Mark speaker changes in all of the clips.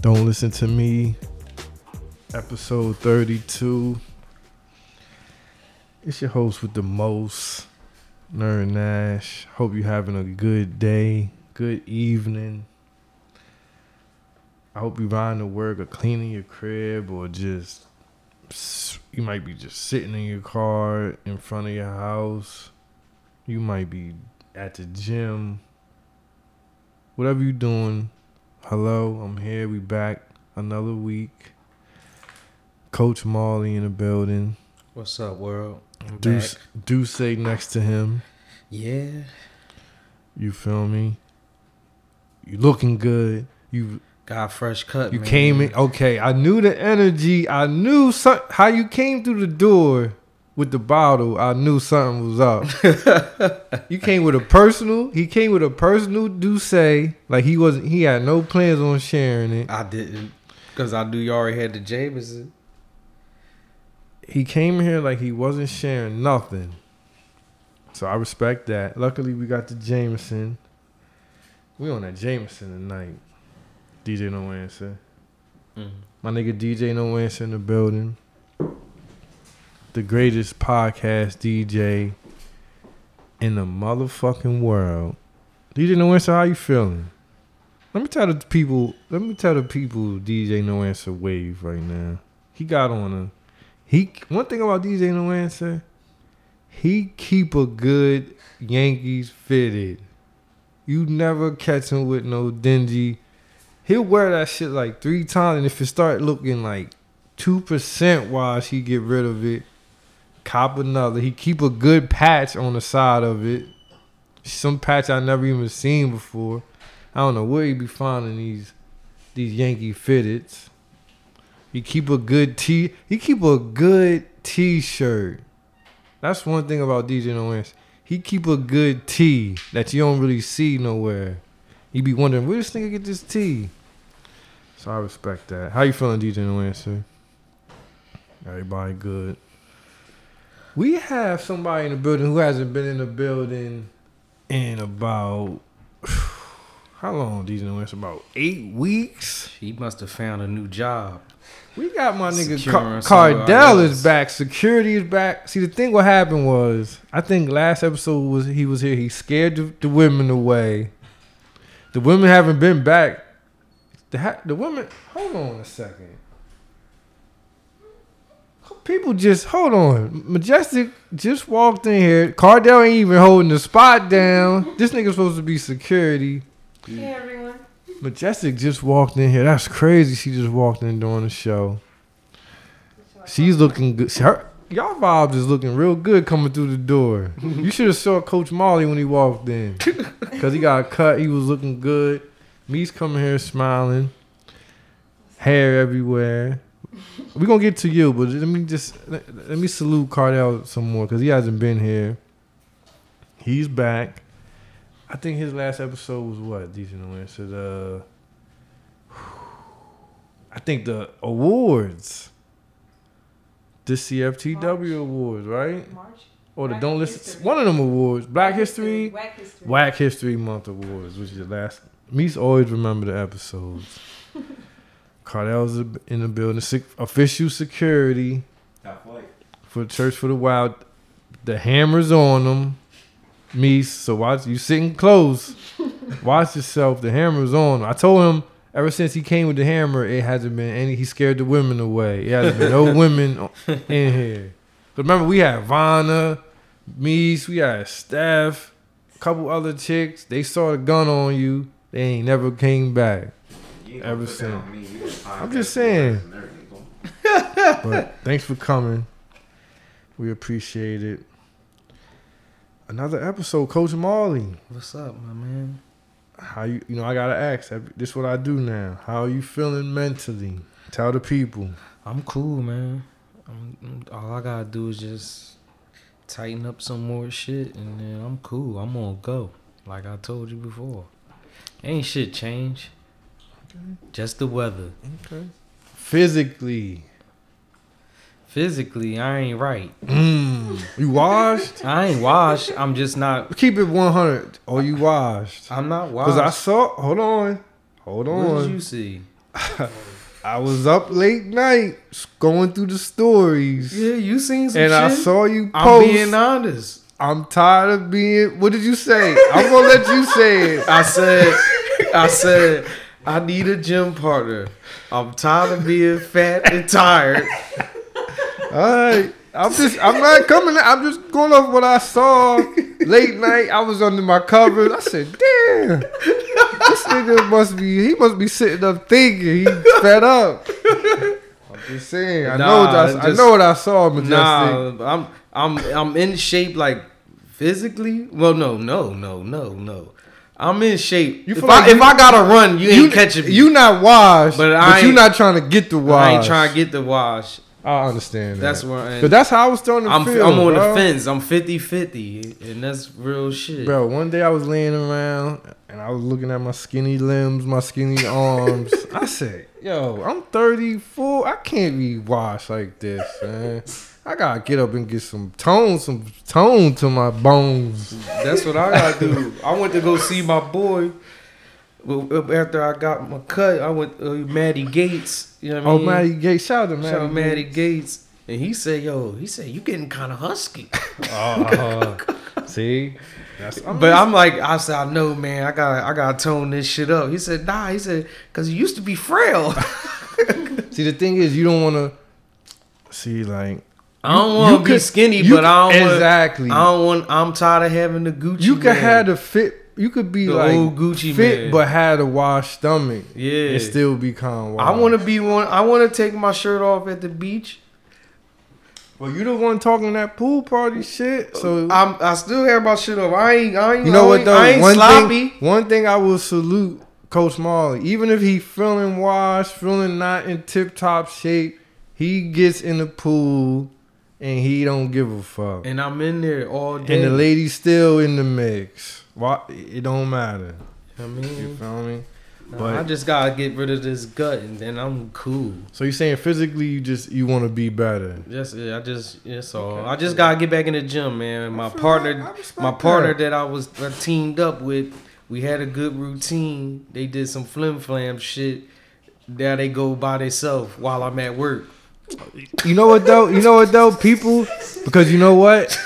Speaker 1: Don't listen to me. Episode 32. It's your host with the most, Nerd Nash. Hope you're having a good day, good evening. I hope you're riding to work or cleaning your crib or just, you might be just sitting in your car in front of your house. You might be at the gym. Whatever you're doing, hello, I'm here. We back another week. Coach Marley in the building.
Speaker 2: What's up, world? I'm
Speaker 1: Deuce,
Speaker 2: back.
Speaker 1: Deuce next to him.
Speaker 2: Yeah.
Speaker 1: You feel me? You looking good. You
Speaker 2: Got a fresh cut.
Speaker 1: you
Speaker 2: man.
Speaker 1: came in okay. I knew the energy. I knew some, how you came through the door with the bottle. I knew something was up. you came with a personal. He came with a personal Douce. Like he wasn't. He had no plans on sharing it.
Speaker 2: I didn't. Because I knew you already had the Jameson.
Speaker 1: he came here like he wasn't sharing nothing. So I respect that. Luckily, we got the Jameson. We on that Jameson tonight. DJ No Answer. My nigga DJ No Answer in the building. The greatest podcast DJ in the motherfucking world. DJ No Answer, how you feeling? Let me tell the people. Let me tell the people. DJ No Answer wave right now. He got on a. He one thing about DJ No Answer, he keep a good Yankees fitted. You never catch him with no dingy. He'll wear that shit like three times, and if it start looking like two percent wash, he get rid of it. Cop another. He keep a good patch on the side of it. Some patch I never even seen before. I don't know where he be finding these these Yankee fitteds. He keep a good t. He keep a good t-shirt. That's one thing about DJ No Answer. He keep a good tee that you don't really see nowhere. You be wondering where this nigga get this tee. So I respect that. How you feeling, DJ No Answer? Everybody good. We have somebody in the building who hasn't been in the building in about how long? DJ No Answer about eight weeks.
Speaker 2: He must have found a new job.
Speaker 1: We got my nigga Car-
Speaker 2: Securing somewhere
Speaker 1: Cardell is
Speaker 2: else.
Speaker 1: back. Security is back. See, the thing what happened was, I think last episode was he was here. He scared the, the women away. The women haven't been back. The ha- the women. Hold on a second. People just hold on. Majestic just walked in here. Cardell ain't even holding the spot down. This nigga's supposed to be security. Mm.
Speaker 3: Hey everyone.
Speaker 1: Majestic just walked in here. That's crazy. She just walked in during the show. She's looking good. See, Her, y'all vibes is looking real good coming through the door. You should have saw Coach Molly when he walked in, cause he got cut. He was looking good. Me's coming here smiling, hair everywhere. We are gonna get to you, but let me just let, let me salute Cardell some more, cause he hasn't been here. He's back. I think his last episode was what decent answer. The I think the awards, the CFTW awards, right?
Speaker 3: March.
Speaker 1: Or the
Speaker 3: Black
Speaker 1: Don't Listen.
Speaker 3: History.
Speaker 1: One of them awards, Black History,
Speaker 3: Black history.
Speaker 1: Whack History Month awards, which is the last. Me's always remember the episodes. Cardell's in the building. Sec- official security for Church for the Wild. The hammer's on them. Me, so watch you sitting close. Watch yourself. The hammer's on. I told him ever since he came with the hammer, it hasn't been any. He scared the women away. It hasn't been no women o- in here. 'Cause remember, we had Vanna, Meese, we had Steph, a couple other chicks. They saw the gun on you. They ain't never came back. Ever since. I'm just saying. But thanks for coming. We appreciate it. Another episode, Coach Marley.
Speaker 2: What's up, my man?
Speaker 1: How you? You know, I gotta ask. I- This what I do now. How are you feeling mentally? Tell the people.
Speaker 2: I'm cool, man. I'm, I'm- all I gotta do is just tighten up some more shit, and then I'm cool. I'm gonna go. Like I told you before. Ain't shit change. Just the weather.
Speaker 1: Okay. Physically,
Speaker 2: Physically, I ain't right.
Speaker 1: mm. you washed.
Speaker 2: I ain't washed. I'm just not.
Speaker 1: Keep it one hundred. Or you washed?
Speaker 2: I'm not washed.
Speaker 1: Because I saw. Hold on. Hold
Speaker 2: What did
Speaker 1: on.
Speaker 2: you see?
Speaker 1: I was up late night going through the stories,
Speaker 2: Yeah, you seen some
Speaker 1: and I
Speaker 2: shit.
Speaker 1: saw you
Speaker 2: I'm
Speaker 1: post.
Speaker 2: being honest.
Speaker 1: I'm tired of being. What did you say? I'm gonna let you say it.
Speaker 2: I said, I said, I need a gym partner. I'm tired of being fat and tired.
Speaker 1: All right. I'm just. I'm not coming. I'm just going off what I saw late night. I was under my covers. I said, "Damn, this nigga must be. He must be sitting up thinking. He fed up." I'm just saying. I know. What I,
Speaker 2: Nah,
Speaker 1: I
Speaker 2: just-
Speaker 1: know what I saw. Majestic.
Speaker 2: Nah, I'm I'm I'm in shape like physically. Well, no, no, no, no, no. I'm in shape.
Speaker 1: You
Speaker 2: if,
Speaker 1: feel
Speaker 2: I,
Speaker 1: like
Speaker 2: if
Speaker 1: you-
Speaker 2: I gotta run, you, ain't catching me.
Speaker 1: You not washed,
Speaker 2: But
Speaker 1: but,
Speaker 2: I ain't-
Speaker 1: you not trying to get the wash.
Speaker 2: I ain't trying to get the wash.
Speaker 1: I understand.
Speaker 2: That's
Speaker 1: That's
Speaker 2: where I
Speaker 1: because that's how I was throwing the
Speaker 2: I'm,
Speaker 1: field,
Speaker 2: I'm on
Speaker 1: bro.
Speaker 2: the fence. I'm 50 50, and that's real shit.
Speaker 1: Bro, one day I was laying around and I was looking at my skinny limbs, my skinny arms. I said, "Yo, I'm 34. I can't be washed like this, man. I gotta get up and get some tone, some tone to my bones."
Speaker 2: That's what I gotta do. I went to go see my boy. Well, After I got my cut, I went uh, Maddie Gates. You know what I
Speaker 1: Oh,
Speaker 2: mean?
Speaker 1: Maddie Gates, shout out to
Speaker 2: Shout out
Speaker 1: Maddie.
Speaker 2: Maddie Gates. And he said, "Yo," he said, "You getting kind of husky."
Speaker 1: Oh, see, That's- I'm
Speaker 2: but I'm like, I said, I know, man. I got, I got to tone this shit up. He said, Nah. He said, Cause you used to be frail.
Speaker 1: See, the thing is, you don't want to see like
Speaker 2: I don't want
Speaker 1: you
Speaker 2: to be
Speaker 1: could-
Speaker 2: skinny,
Speaker 1: you
Speaker 2: but I
Speaker 1: could-
Speaker 2: don't
Speaker 1: exactly.
Speaker 2: want. I don't want. I'm tired of having the Gucci.
Speaker 1: you could
Speaker 2: man.
Speaker 1: have the fit. You could be
Speaker 2: The
Speaker 1: like
Speaker 2: old Gucci
Speaker 1: fit,
Speaker 2: man.
Speaker 1: but had a washed stomach.
Speaker 2: Yeah.
Speaker 1: and still be kind.
Speaker 2: I want to be one. I want to take my shirt off at the beach.
Speaker 1: Well, you the one talking that pool party shit. So
Speaker 2: Mm-hmm. I'm. I still have my shit off. I ain't. Uh, I ain't.
Speaker 1: you know
Speaker 2: I
Speaker 1: what
Speaker 2: ain't-
Speaker 1: though?
Speaker 2: I ain't
Speaker 1: one
Speaker 2: sloppy.
Speaker 1: thing. One thing I will salute Coach Marley. Even if he feeling washed, feeling not in tip top shape, he gets in the pool and he don't give a fuck.
Speaker 2: And I'm in there all day.
Speaker 1: And the lady's still in the mix. Why? It don't matter.
Speaker 2: I
Speaker 1: You
Speaker 2: mean,
Speaker 1: feel me?
Speaker 2: I just gotta get rid of this gut, and then I'm cool.
Speaker 1: So you saying physically, you just you want to be better.
Speaker 2: That's it. I just that's all.
Speaker 1: Okay.
Speaker 2: I just gotta get back in the gym, man. My
Speaker 1: feel
Speaker 2: partner,
Speaker 1: that. I respect
Speaker 2: my partner
Speaker 1: that.
Speaker 2: that I was uh, teamed up with, we had a good routine. They did some flim flam shit. Now they go by themselves while I'm at work.
Speaker 1: You know what though? You know what though? People, because you know what?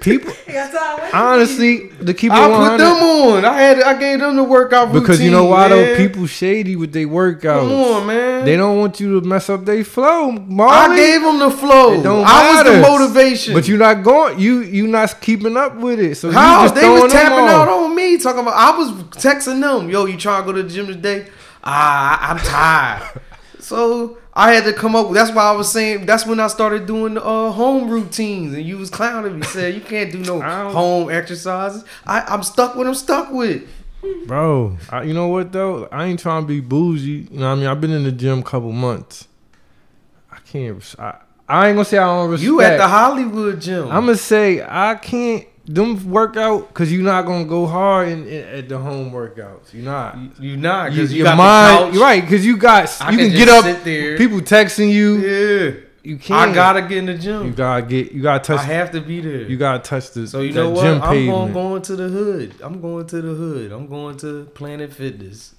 Speaker 1: People,
Speaker 3: That's all I
Speaker 1: honestly, to keep it
Speaker 2: I put
Speaker 1: 100,
Speaker 2: them on. I had I gave them the workout routine.
Speaker 1: because you know why though?
Speaker 2: man.
Speaker 1: People shady with their
Speaker 2: Come on,
Speaker 1: workouts.
Speaker 2: man.
Speaker 1: They don't want you to mess up their flow, Marley.
Speaker 2: I gave them the flow.
Speaker 1: It don't
Speaker 2: I was the
Speaker 1: matter.
Speaker 2: motivation.
Speaker 1: But you're not going. You you not keeping up with it. So
Speaker 2: How
Speaker 1: you just
Speaker 2: they
Speaker 1: throwing them
Speaker 2: was tapping
Speaker 1: off.
Speaker 2: out on me talking about I was texting them, yo, you trying to go to the gym today? Ah, I'm tired. so I had to come up. That's why I was saying. That's when I started doing uh, home routines, and you was clowning me. Said you can't do no
Speaker 1: I don't-
Speaker 2: home exercises. I, I'm stuck with I'm stuck with.
Speaker 1: Bro, I, you know what though? I ain't trying to be bougie. You know what I mean? I've been in the gym a couple months. I can't. res- I, I ain't gonna say I don't respect.
Speaker 2: You at the Hollywood gym.
Speaker 1: I'm gonna say I can't. Them workout because you're not gonna go hard in, in- at the home workouts. You're not.
Speaker 2: you, you not
Speaker 1: You-
Speaker 2: because you,
Speaker 1: your
Speaker 2: got
Speaker 1: mind,
Speaker 2: the
Speaker 1: you're
Speaker 2: couch.
Speaker 1: right? Because you got.
Speaker 2: I
Speaker 1: you
Speaker 2: can
Speaker 1: can,
Speaker 2: just
Speaker 1: get up.
Speaker 2: sit there.
Speaker 1: People texting you.
Speaker 2: Yeah,
Speaker 1: You can't.
Speaker 2: I gotta get in the
Speaker 1: You
Speaker 2: gym.
Speaker 1: gotta get. You gotta
Speaker 2: I
Speaker 1: touch.
Speaker 2: have to be there.
Speaker 1: you gotta touch the.
Speaker 2: So you
Speaker 1: that
Speaker 2: know what?
Speaker 1: Gym
Speaker 2: I'm going,
Speaker 1: pavement.
Speaker 2: going to the hood. I'm going to the hood. I'm going to Planet Fitness.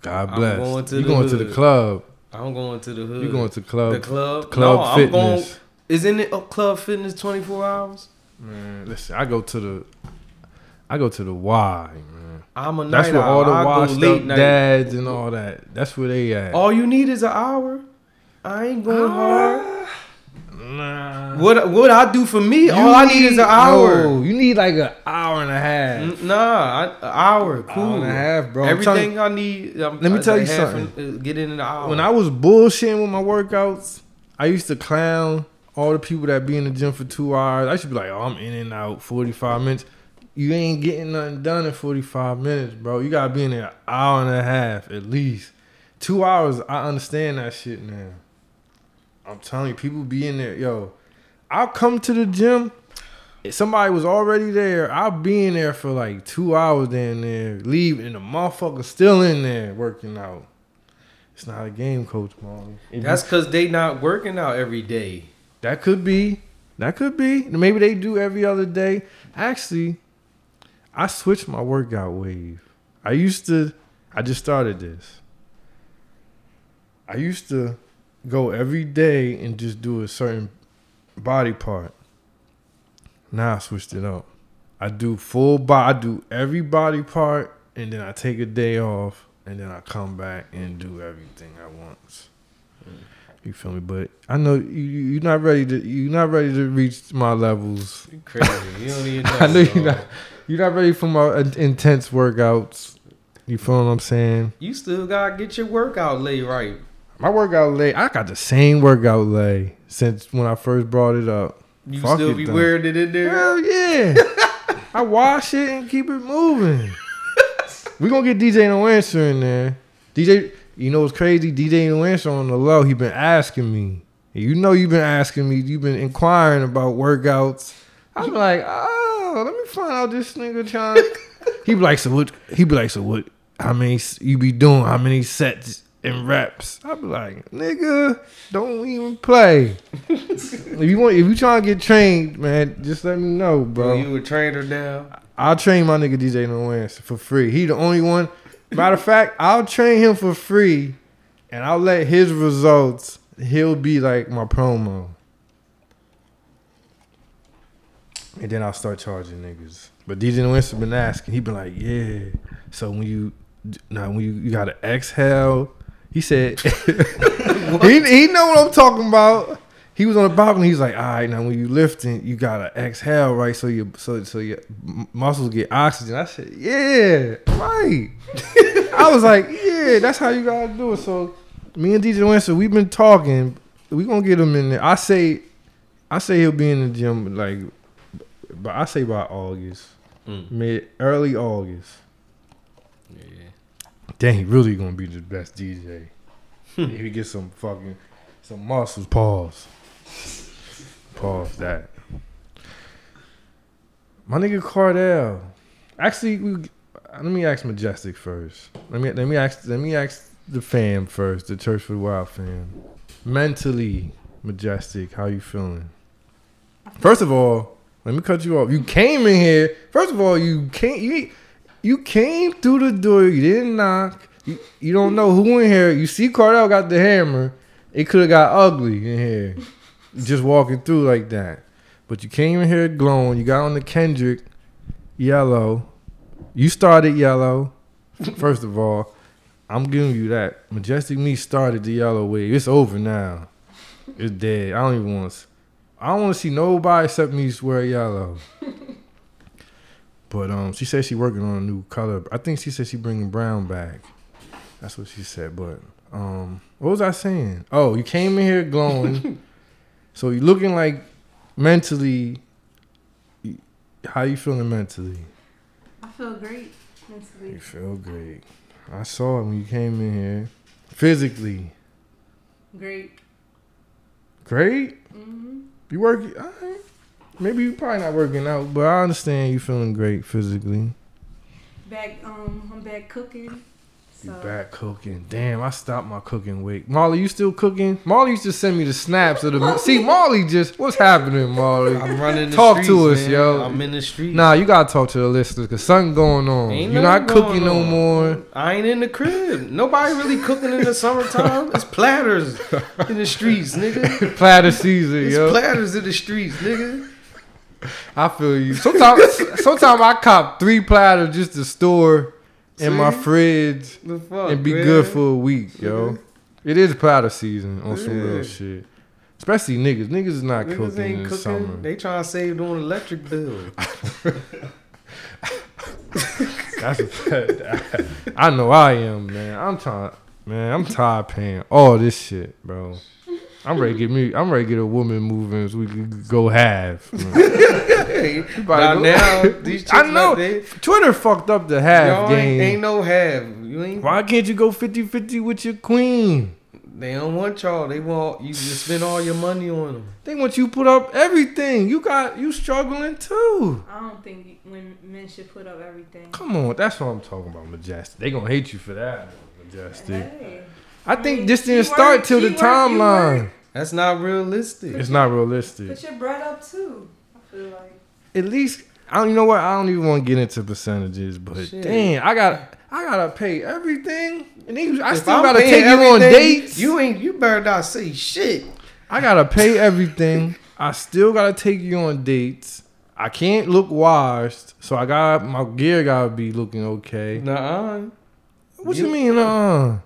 Speaker 1: God
Speaker 2: I'm
Speaker 1: bless.
Speaker 2: going to
Speaker 1: you
Speaker 2: the
Speaker 1: going to the
Speaker 2: hood.
Speaker 1: club.
Speaker 2: I'm going to the hood.
Speaker 1: You going to club.
Speaker 2: the club?
Speaker 1: club
Speaker 2: no, I'm going.
Speaker 1: fitness.
Speaker 2: Isn't it a club fitness 24 hours?
Speaker 1: Man, listen, I go to the I go to the Y, man.
Speaker 2: I'm a night
Speaker 1: That's where all
Speaker 2: owl.
Speaker 1: the
Speaker 2: I go
Speaker 1: washed
Speaker 2: late
Speaker 1: up
Speaker 2: night. Oh,
Speaker 1: dads and all that. That's where they at.
Speaker 2: All you need is an hour. I ain't
Speaker 1: Ah.
Speaker 2: going hard.
Speaker 1: Nah.
Speaker 2: What what I do for me?
Speaker 1: You
Speaker 2: all I need is an hour.
Speaker 1: No, you need like an hour and a half.
Speaker 2: N- Nah, I, an hour. Cool.
Speaker 1: Hour and a half, bro. I'm
Speaker 2: Everything I need. I'm,
Speaker 1: Let me
Speaker 2: is
Speaker 1: tell
Speaker 2: a
Speaker 1: you
Speaker 2: half an-
Speaker 1: something.
Speaker 2: uh, Get in an hour.
Speaker 1: When I was bullshitting with my workouts, I used to clown all the people that be in the gym for two hours. I should be like, oh, I'm in and out 45 minutes. You ain't getting nothing done in 45 minutes, bro. You gotta be in there an hour and a half at least. Two hours, I understand that shit now. I'm telling you, people be in there, yo. I'll come to the gym. If somebody was already there, I'll be in there for like two hours down there, leave, and the motherfucker still in there working out. It's not a game, Coach Marley. It-
Speaker 2: That's because they not working out every day.
Speaker 1: that could be. That could be. Maybe they do every other day. Actually, I switched my workout wave. I used to. I just started this. I used to go every day and just do a certain body part. Now I switched it up. I do full body. I do every body part, and then I take a day off, and then I come back and do everything at once. You feel me? But I know you. you- You're not ready to. You're not ready to reach my levels.
Speaker 2: You crazy. You don't even know.
Speaker 1: I know you're
Speaker 2: dog.
Speaker 1: not. You're not ready for my in- intense workouts. You feel what I'm saying?
Speaker 2: You still gotta get your workout lay right.
Speaker 1: My workout lay. I got the same workout lay since when I first brought it up.
Speaker 2: You
Speaker 1: Fuck
Speaker 2: still
Speaker 1: it,
Speaker 2: be
Speaker 1: though.
Speaker 2: wearing it in there.
Speaker 1: Hell yeah! I wash it and keep it moving. We gonna get DJ No Answer in there. DJ, you know what's crazy? DJ No Answer on the low. He been asking me. You know you been asking me. You been inquiring about workouts. I'm like, oh, let me find out this nigga trying. he be like, so what? He be like, so what? How many s- you be doing? How many sets and reps? I be like, nigga, don't even play. if you want, if you trying to get trained, man, just let me know, bro.
Speaker 2: Bro, you a trainer now.
Speaker 1: I'll train my nigga DJ No Answer for free. He the only one. Matter of fact, I'll train him for free, and I'll let his results. He'll be like my promo, and then I'll start charging niggas. But DJ No Answer been asking. He been like, yeah. So when you now when you, you gotta exhale, he said. he he know what I'm talking about. He was on the balcony. He's like, all right, now when you lifting, you gotta exhale, right? So your so so your m- muscles get oxygen. I said, yeah, right. I was like, yeah, that's how you gotta do it. So me and DJ Winston, we've been talking. We gonna get him in there. I say, I say he'll be in the gym like, but I say by August,
Speaker 2: Mm.
Speaker 1: mid early August.
Speaker 2: Yeah.
Speaker 1: Then he really gonna be the best DJ. if he get some fucking some muscles, pause. Pause that. My nigga Cardell. Actually, we, let me ask Majestic first. Let me let me ask let me ask the fam first, the Church for the Wild fam. Mentally, Majestic, how you feeling? First of all, let me cut you off. You came in here. First of all, you can't you you came through the door. You didn't knock. You, you don't know who in here. You see Cardell got the hammer. It could have got ugly in here, just walking through like that. But you came in here glowing. You got on the Kendrick yellow. You started yellow. First of all, I'm giving you that. Majestic Me started the yellow wave. It's over now. It's dead. I don't even want to. I don't want to see nobody except me wear yellow. But um, she said she working on a new color. I think she said she bringing brown back. That's what she said. But um, what was I saying? Oh, you came in here glowing. so you looking like mentally. How you feeling mentally?
Speaker 3: I feel great mentally.
Speaker 1: You feel great. I saw it when you came in here. Physically,
Speaker 3: Great.
Speaker 1: great.
Speaker 3: hmm
Speaker 1: You work. All right. Maybe you probably not working out, but I understand you feeling great physically.
Speaker 3: Back, um, I'm back cooking.
Speaker 1: You
Speaker 3: So
Speaker 1: back cooking. Damn, I stopped my cooking weight. Molly, you still cooking? Molly used to send me the snaps of the. See, Molly just. What's happening, Molly?
Speaker 2: I'm running. The
Speaker 1: Talk to
Speaker 2: streets,
Speaker 1: us,
Speaker 2: man.
Speaker 1: yo.
Speaker 2: I'm in the street.
Speaker 1: Nah, you gotta talk to the listeners because something going on.
Speaker 2: Ain't
Speaker 1: You're not
Speaker 2: nothing going
Speaker 1: cooking no
Speaker 2: on.
Speaker 1: more.
Speaker 2: I ain't in the crib. Nobody really cooking in the summertime. It's platters in the streets, nigga.
Speaker 1: Platter season,
Speaker 2: It's
Speaker 1: yo.
Speaker 2: platters in the streets, nigga.
Speaker 1: I feel you. Sometimes, sometimes I cop three platters just to store in my
Speaker 2: See? Oh,
Speaker 1: fridge
Speaker 2: The fuck,
Speaker 1: and be
Speaker 2: man?
Speaker 1: good for a week, yo. It is platter season on some
Speaker 2: Yeah.
Speaker 1: real shit. Especially niggas. Niggas is not
Speaker 2: Niggas
Speaker 1: cooking in
Speaker 2: ain't
Speaker 1: the
Speaker 2: cooking.
Speaker 1: summer.
Speaker 2: They trying to save on electric bill.
Speaker 1: That's a fact. I know I am, man. I'm trying, man. I'm tired of paying all this shit, bro. I'm ready to get me. I'm ready to get a woman moving so we can go half. man.
Speaker 2: hey,
Speaker 1: about
Speaker 2: by
Speaker 1: to go-
Speaker 2: now, these chicks
Speaker 1: I know.
Speaker 2: out there,
Speaker 1: Twitter fucked up the half
Speaker 2: y'all ain't,
Speaker 1: game.
Speaker 2: ain't no have. You ain't.
Speaker 1: Why can't you go 50-50 with your queen?
Speaker 2: They don't want y'all. They want you to spend all your money on them.
Speaker 1: They want you to put up everything. You got you struggling too.
Speaker 3: I don't think when men should put up everything.
Speaker 1: Come on, that's what I'm talking about, Majestic. They gonna hate you for that, Majestic.
Speaker 3: Hey.
Speaker 1: I think
Speaker 3: mean,
Speaker 1: this didn't
Speaker 3: keyword-
Speaker 1: start till the
Speaker 3: keyword, keyword.
Speaker 1: timeline.
Speaker 2: That's not realistic.
Speaker 1: It's not realistic.
Speaker 3: Put your bread up too. I feel like
Speaker 1: at least I don't. You know what? I don't even want to get into percentages, but
Speaker 2: Shit.
Speaker 1: damn, I got I gotta pay everything, and then I
Speaker 2: If
Speaker 1: still
Speaker 2: I'm
Speaker 1: gotta
Speaker 2: paying
Speaker 1: take you on
Speaker 2: everything,
Speaker 1: dates.
Speaker 2: You ain't. You better not say shit.
Speaker 1: I gotta pay everything. I still gotta take you on dates. I can't look washed, so I got my gear gotta be looking okay.
Speaker 2: Nah.
Speaker 1: What
Speaker 2: You-
Speaker 1: you mean, uh?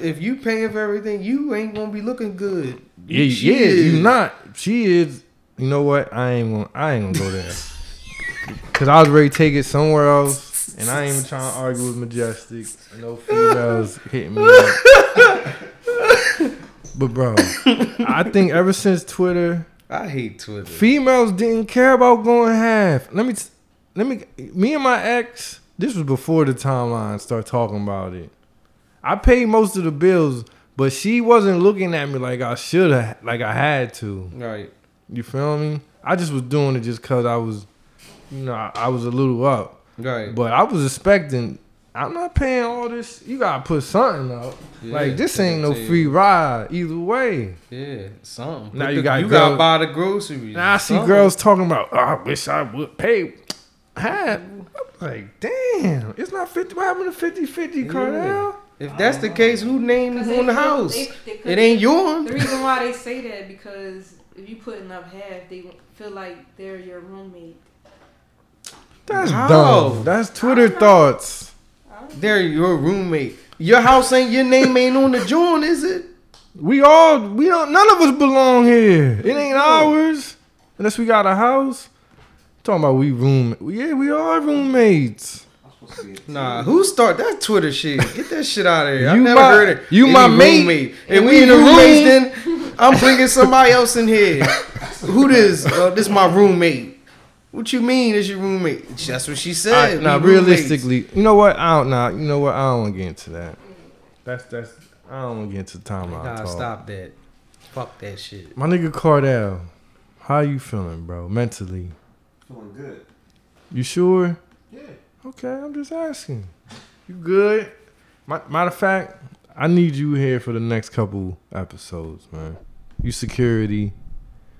Speaker 2: if you paying for everything, you ain't gonna be looking good.
Speaker 1: Yeah,
Speaker 2: She
Speaker 1: yeah,
Speaker 2: is.
Speaker 1: you not. She is. You know what? I ain't gonna. I ain't gonna go there. Cause I was ready to take it somewhere else, and I ain't even trying to argue with Majestic. No females hitting me. up. but bro, I think ever since Twitter,
Speaker 2: I hate Twitter.
Speaker 1: females didn't care about going half. Let me, t- let me. Me and my ex. This was before the timeline. Start talking about it. I paid most of the bills, but she wasn't looking at me like I should have, like I had to.
Speaker 2: Right.
Speaker 1: You feel me? I just was doing it just cause I was, you know, I, I was a little up,
Speaker 2: Right.
Speaker 1: but I was expecting. I'm not paying all this. You gotta put something up.
Speaker 2: Yeah,
Speaker 1: like this ain't no
Speaker 2: yeah.
Speaker 1: free ride either way.
Speaker 2: Yeah, something.
Speaker 1: Now
Speaker 2: Put
Speaker 1: you
Speaker 2: the-
Speaker 1: got
Speaker 2: you gotta
Speaker 1: girls-
Speaker 2: buy the groceries.
Speaker 1: Now I see
Speaker 2: something.
Speaker 1: girls talking about, "Oh, I wish I would pay. Half. I'm like, damn, it's not 50. What happened to 50 50,
Speaker 2: Yeah.
Speaker 1: Cardell?
Speaker 2: If that's the case, who named
Speaker 3: 'Cause
Speaker 2: who in the
Speaker 3: they-
Speaker 2: house?
Speaker 3: they- they
Speaker 2: it
Speaker 3: could-
Speaker 2: ain't
Speaker 3: The
Speaker 2: yours.
Speaker 3: reason why they say that because if you putting up half, they feel like they're your roommate.
Speaker 1: That's
Speaker 2: How?
Speaker 1: dumb. That's Twitter thoughts.
Speaker 2: They're your roommate. Your house ain't your name ain't on the joint, is it?
Speaker 1: We all, we don't, none of us belong here. It ain't ours unless we got a house. Talking about we room, yeah, we are roommates.
Speaker 4: I'm supposed to be a
Speaker 2: Nah, who start that Twitter shit? Get that shit out of here. I
Speaker 1: You
Speaker 2: never
Speaker 1: my-
Speaker 2: heard it.
Speaker 1: you my mate,
Speaker 2: If
Speaker 1: and
Speaker 2: we
Speaker 1: we
Speaker 2: in the
Speaker 1: room.
Speaker 2: roommates, then I'm bringing somebody else in here. Who this? Uh, this my roommate. What you mean? Is your roommate? That's what she said.
Speaker 1: I, now,
Speaker 2: We roommates.
Speaker 1: realistically, you know what? I don't, nah, you know what? I don't want to get into that. That's, that's, I don't want to get into timeline.
Speaker 2: nah,
Speaker 1: talk.
Speaker 2: stop that. Fuck that shit.
Speaker 1: My nigga Cardell, how you feeling, bro? Mentally,
Speaker 4: feeling good.
Speaker 1: you sure?
Speaker 4: Yeah.
Speaker 1: Okay, I'm just asking. You good? Mi- Matter of fact, I need you here for the next couple episodes, man. You security,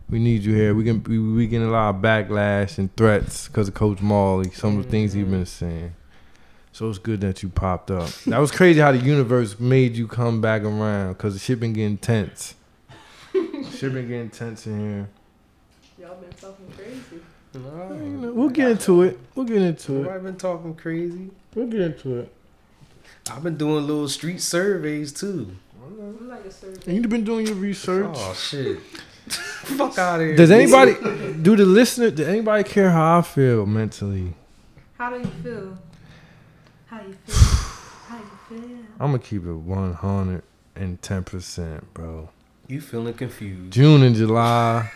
Speaker 1: we need you here. We can we, we getting a lot of backlash and threats because of Coach Molly. Some of the things he's been saying. So it's good that you popped up. That was crazy how the universe made you come back around because the shit been getting tense. shit been getting tense in here.
Speaker 3: Y'all been talking crazy.
Speaker 1: You know, we'll get into it. We'll get into it.
Speaker 2: I've been talking crazy.
Speaker 1: We'll get into it.
Speaker 2: I've been doing little street surveys too.
Speaker 3: We like a survey.
Speaker 1: And you've been doing your research.
Speaker 2: Oh shit! Fuck out of here.
Speaker 1: Does anybody do the listener? Does anybody care how I feel mentally?
Speaker 3: How do you feel? How you feel? How you feel?
Speaker 1: I'm gonna keep it 110 percent, bro.
Speaker 2: You feeling confused?
Speaker 1: June and July,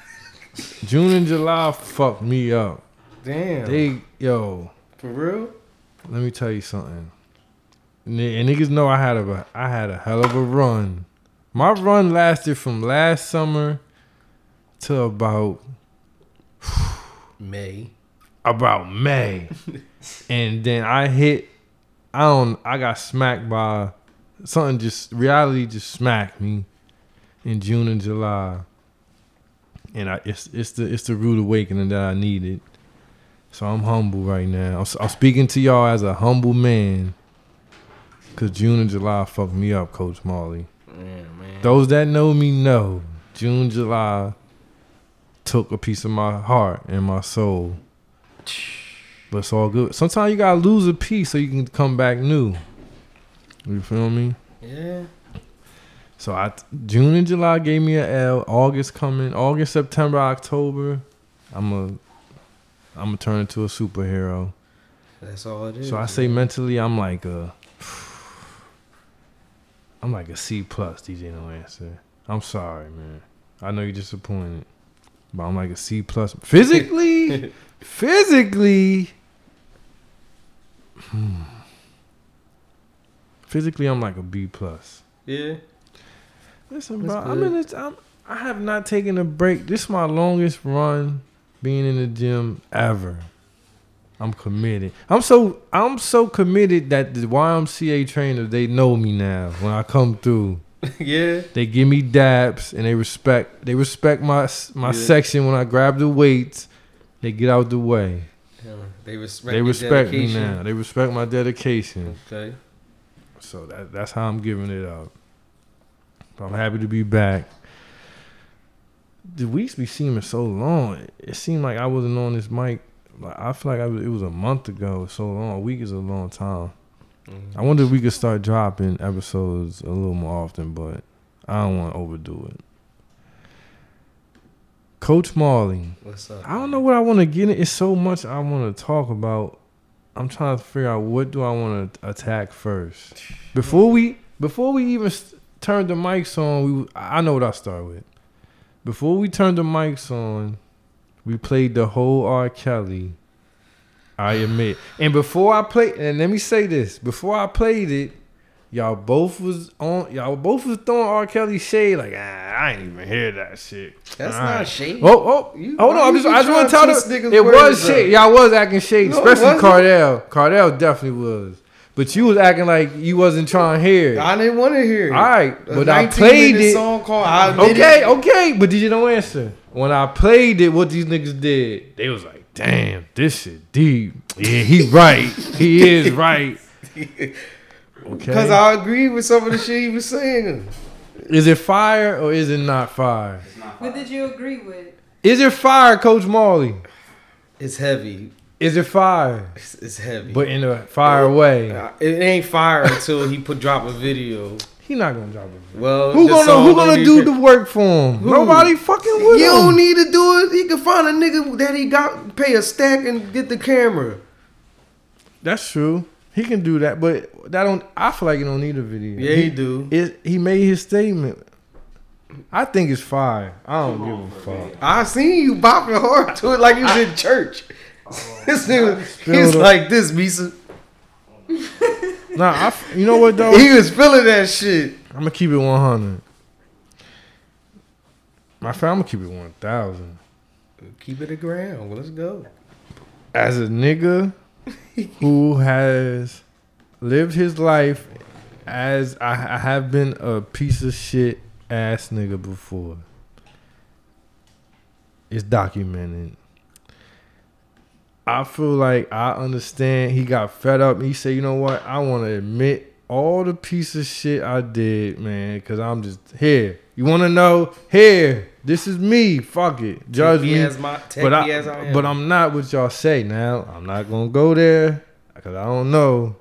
Speaker 1: June and July fucked me up.
Speaker 2: Damn.
Speaker 1: They yo,
Speaker 2: For real?
Speaker 1: let me tell you something. N- And niggas know I had a I had a hell of a run. My run lasted from last summer to about
Speaker 2: May.
Speaker 1: about May, and then I hit. I don't. I got smacked by something. Just reality just smacked me in June and July, and I it's it's the it's the rude awakening that I needed. So I'm humble right now. I'm, s am speaking to y'all as a humble man. Cause June and July fucked me up, Coach Marley.
Speaker 2: Yeah, man.
Speaker 1: Those that know me know June, July took a piece of my heart and my soul. But it's all good. Sometimes you gotta lose a piece so you can come back new. You feel me?
Speaker 2: Yeah.
Speaker 1: So I June and July gave me a L. August coming, August, September, October. I'm a I'm gonna turn into a superhero.
Speaker 2: That's all it is.
Speaker 1: So I say mentally, I'm like a, I'm like a C plus. DJ no answer. I'm sorry, man. I know you're disappointed, but I'm like a C plus. Physically, physically, hmm. physically, I'm like a B plus.
Speaker 2: Yeah.
Speaker 1: Listen,
Speaker 2: That's
Speaker 1: bro, I'm
Speaker 2: good.
Speaker 1: in this. I'm, I have not taken a break. This is my longest run being in the gym ever. I'm committed. I'm so I'm so committed that the YMCA trainers they know me now. When I come through,
Speaker 2: yeah.
Speaker 1: they give me dabs and they respect. They respect my s- my
Speaker 2: Yeah.
Speaker 1: section when I grab the weights. They get out the way.
Speaker 2: Yeah, they respect.
Speaker 1: they
Speaker 2: your
Speaker 1: respect
Speaker 2: dedication.
Speaker 1: me now. They respect my dedication.
Speaker 2: Okay.
Speaker 1: So that, that's how I'm giving it up. I'm happy to be back. The weeks be seeming so long. It seemed like I wasn't on this mic. Like I feel like I was, it was a month ago. So long. A week is a long time.
Speaker 2: Mm.
Speaker 1: I wonder if we could start dropping episodes a little more often, but I don't want to overdo it. Coach Marley,
Speaker 2: What's up?
Speaker 1: I don't know what I want to get in. It's so much I want to talk about. I'm trying to figure out what do I want to attack first. Before we before we even s- turned the mics on, we I know what I start with. Before we turned the mics on, we played the whole R. Kelly. I admit. And before I played, and let me say this: before I played it, y'all both was on. Y'all both was throwing R. Kelly shade like, ah, I ain't even hear that shit.
Speaker 2: That's
Speaker 1: All
Speaker 2: not
Speaker 1: right.
Speaker 2: shade.
Speaker 1: Oh, oh,
Speaker 2: You-
Speaker 1: hold
Speaker 2: why
Speaker 1: on. I'm
Speaker 2: you
Speaker 1: just, I
Speaker 2: be
Speaker 1: just want to
Speaker 2: trying
Speaker 1: tell
Speaker 2: to twist
Speaker 1: the.
Speaker 2: niggas'
Speaker 1: It
Speaker 2: words
Speaker 1: was
Speaker 2: up?
Speaker 1: shade. Y'all was acting shade,
Speaker 2: No, it
Speaker 1: especially
Speaker 2: wasn't.
Speaker 1: Cardell. Cardell definitely was. But you was acting like you wasn't trying to hear. it. All
Speaker 2: I didn't want to hear it.
Speaker 1: right,
Speaker 2: A
Speaker 1: but I
Speaker 2: 19
Speaker 1: played
Speaker 2: minute
Speaker 1: it.
Speaker 2: Song called I Admit
Speaker 1: Okay,
Speaker 2: It.
Speaker 1: okay, but did you don't answer? When I played it, what these niggas did, they was like, "Damn, this shit deep." Yeah, he right. he is right. Okay.
Speaker 2: Because I agree with some of the shit he was saying.
Speaker 1: is it fire or is it not fire?
Speaker 4: It's not
Speaker 3: What
Speaker 4: fire.
Speaker 3: did you agree with?
Speaker 1: Is it fire, Coach Marley?
Speaker 2: It's heavy.
Speaker 1: Is it fire?
Speaker 2: It's, it's heavy.
Speaker 1: But in a fire way,
Speaker 2: Uh, it ain't fire until he put drop a video.
Speaker 1: he not gonna drop it.
Speaker 2: Well,
Speaker 1: Who
Speaker 2: the
Speaker 1: gonna
Speaker 2: song
Speaker 1: who
Speaker 2: don't
Speaker 1: gonna
Speaker 2: be
Speaker 1: do
Speaker 2: fit-
Speaker 1: the work for him?
Speaker 2: Who?
Speaker 1: Nobody fucking with
Speaker 2: You
Speaker 1: him.
Speaker 2: don't need to do it. He can find a nigga that he got pay a stack and get the camera.
Speaker 1: That's true. He can do that, but that don't. I feel like you don't need a video.
Speaker 2: Yeah, he do.
Speaker 1: it, he made his statement. I think it's fire. I don't
Speaker 4: Come on,
Speaker 1: give a
Speaker 4: bro.
Speaker 1: fuck.
Speaker 2: I seen you bopping hard to it like you was in church.
Speaker 1: Oh,
Speaker 2: this nigga, he
Speaker 1: Build
Speaker 2: was
Speaker 1: up.
Speaker 2: like this, Misa.
Speaker 1: Nah, I f you know what though?
Speaker 2: He was feeling that shit.
Speaker 1: I'm gonna keep it 100. My friend, I'm gonna keep it 1,000.
Speaker 2: Keep it a ground. Well, let's go.
Speaker 1: As a nigga who has lived his life as I, I have been a piece of shit ass nigga before. It's documented. I feel like I understand. He got fed up. He said, "You know what? I want to admit all the piece of shit I did, man. Because I'm just here. You want to know? Here, this is me. Fuck it. Judge
Speaker 2: Take
Speaker 1: me.
Speaker 2: as my, take
Speaker 1: But
Speaker 2: me
Speaker 1: I,
Speaker 2: as I am.
Speaker 1: but I'm not what y'all say now. I'm not gonna go there because I don't know.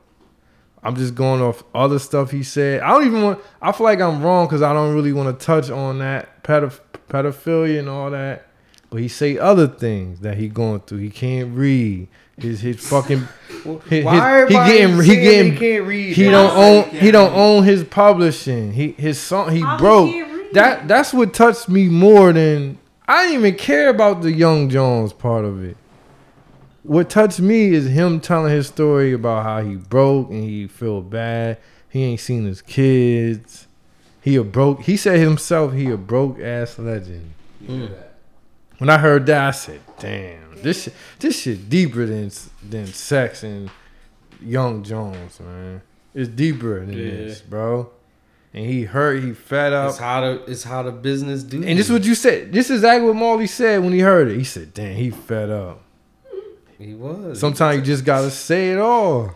Speaker 1: I'm just going off other stuff he said. I don't even want. I feel like I'm wrong because I don't really want to touch on that pedoph- pedophilia and all that. But he say other things that he going through. He can't read. His his fucking
Speaker 2: Well,
Speaker 1: his-
Speaker 2: why
Speaker 1: his- he
Speaker 2: everybody
Speaker 1: getting- he
Speaker 2: saying they
Speaker 1: getting-
Speaker 2: can't read.
Speaker 1: he
Speaker 2: that?
Speaker 1: don't own he don't own his publishing. He his song he
Speaker 3: How he
Speaker 1: broke.
Speaker 3: can't read?
Speaker 1: That that's what touched me more than I didn't even care about the Young Jones part of it. What touched me is him telling his story about how he broke and he feel bad. He ain't seen his kids. He a broke. He said himself he a broke ass legend.
Speaker 4: You hear that?
Speaker 1: When I heard that, I said, "Damn, this shit, this shit deeper than than sex and Young Jones, man. It's deeper than
Speaker 2: Yeah.
Speaker 1: this, bro." And he hurt. He fed up.
Speaker 2: It's how the it's how the business do.
Speaker 1: And this is what you said. This is exactly what Marley said when he heard it. He said, "Damn, he fed up."
Speaker 2: he was.
Speaker 1: Sometimes you just gotta say it all.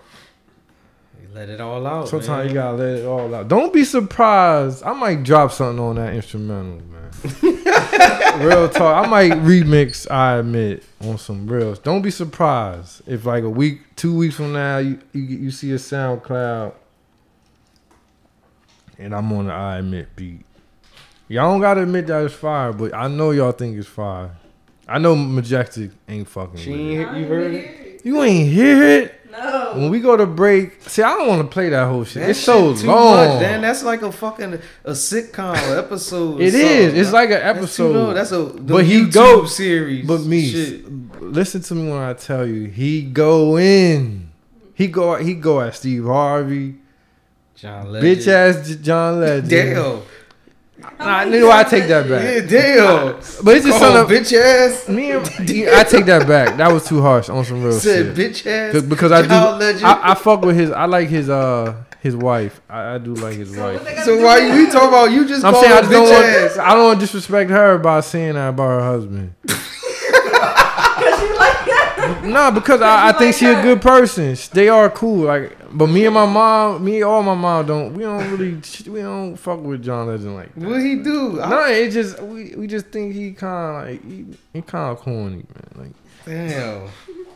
Speaker 2: he let it all out.
Speaker 1: Sometimes
Speaker 2: Oh, man.
Speaker 1: you gotta let it all out. Don't be surprised. I might drop something on that instrumental, man. real talk. I might remix. I admit on some reels. Don't be surprised if like a week, two weeks from now, you you, you see a SoundCloud, and I'm on the I admit beat. Y'all don't gotta admit that it's fire, but I know y'all think it's fire. I know Majestic ain't fucking.
Speaker 2: She
Speaker 1: with
Speaker 2: ain't
Speaker 1: it.
Speaker 2: hear- you heard it.
Speaker 1: You ain't hear it.
Speaker 3: No.
Speaker 1: When we go to break, see, I don't want to play that whole shit.
Speaker 2: That
Speaker 1: it's so
Speaker 2: shit
Speaker 1: long.
Speaker 2: Dan. That's like a fucking a sitcom or episode. or
Speaker 1: It is.
Speaker 2: something.
Speaker 1: It's like an
Speaker 2: That's too long.
Speaker 1: episode.
Speaker 2: That's, a the
Speaker 1: But he
Speaker 2: YouTube
Speaker 1: go-
Speaker 2: series.
Speaker 1: but me,
Speaker 2: shit.
Speaker 1: listen to me when I tell you, he go in. He go. He go at Steve Harvey,
Speaker 2: John
Speaker 1: bitch ass John Legend.
Speaker 2: Damn.
Speaker 3: Oh
Speaker 1: Nah, you know what? I take that back.
Speaker 2: Yeah, damn.
Speaker 1: But it's just
Speaker 2: Call him
Speaker 1: something.
Speaker 2: bitch ass.
Speaker 1: Me and yeah, I take that back. That was too harsh on some real
Speaker 2: Said
Speaker 1: Oh, shit.
Speaker 2: bitch ass.
Speaker 1: Cause, because I do.
Speaker 2: John Legend.
Speaker 1: I, I fuck with his. I like his. Uh, his wife. I, I do like his
Speaker 3: So
Speaker 1: wife.
Speaker 3: what they gotta
Speaker 2: so
Speaker 3: do
Speaker 2: why
Speaker 3: now?
Speaker 2: you we talking about? You just
Speaker 1: I'm
Speaker 2: call
Speaker 1: saying I
Speaker 2: him
Speaker 1: just don't
Speaker 2: bitch ass.
Speaker 1: want. I don't want to disrespect her by saying that about her husband.
Speaker 3: Cause you
Speaker 1: nah, because I, I think
Speaker 3: Because you like
Speaker 1: she a
Speaker 3: her.
Speaker 1: good person. Sh- They are cool. Like, but me and my mom, me and all my mom don't. We don't really. sh- We don't fuck with John Legend like. That.
Speaker 2: What he do? I-
Speaker 1: No, it just we, we just think he kind of like he, he kind of corny, man. Like,
Speaker 2: Damn.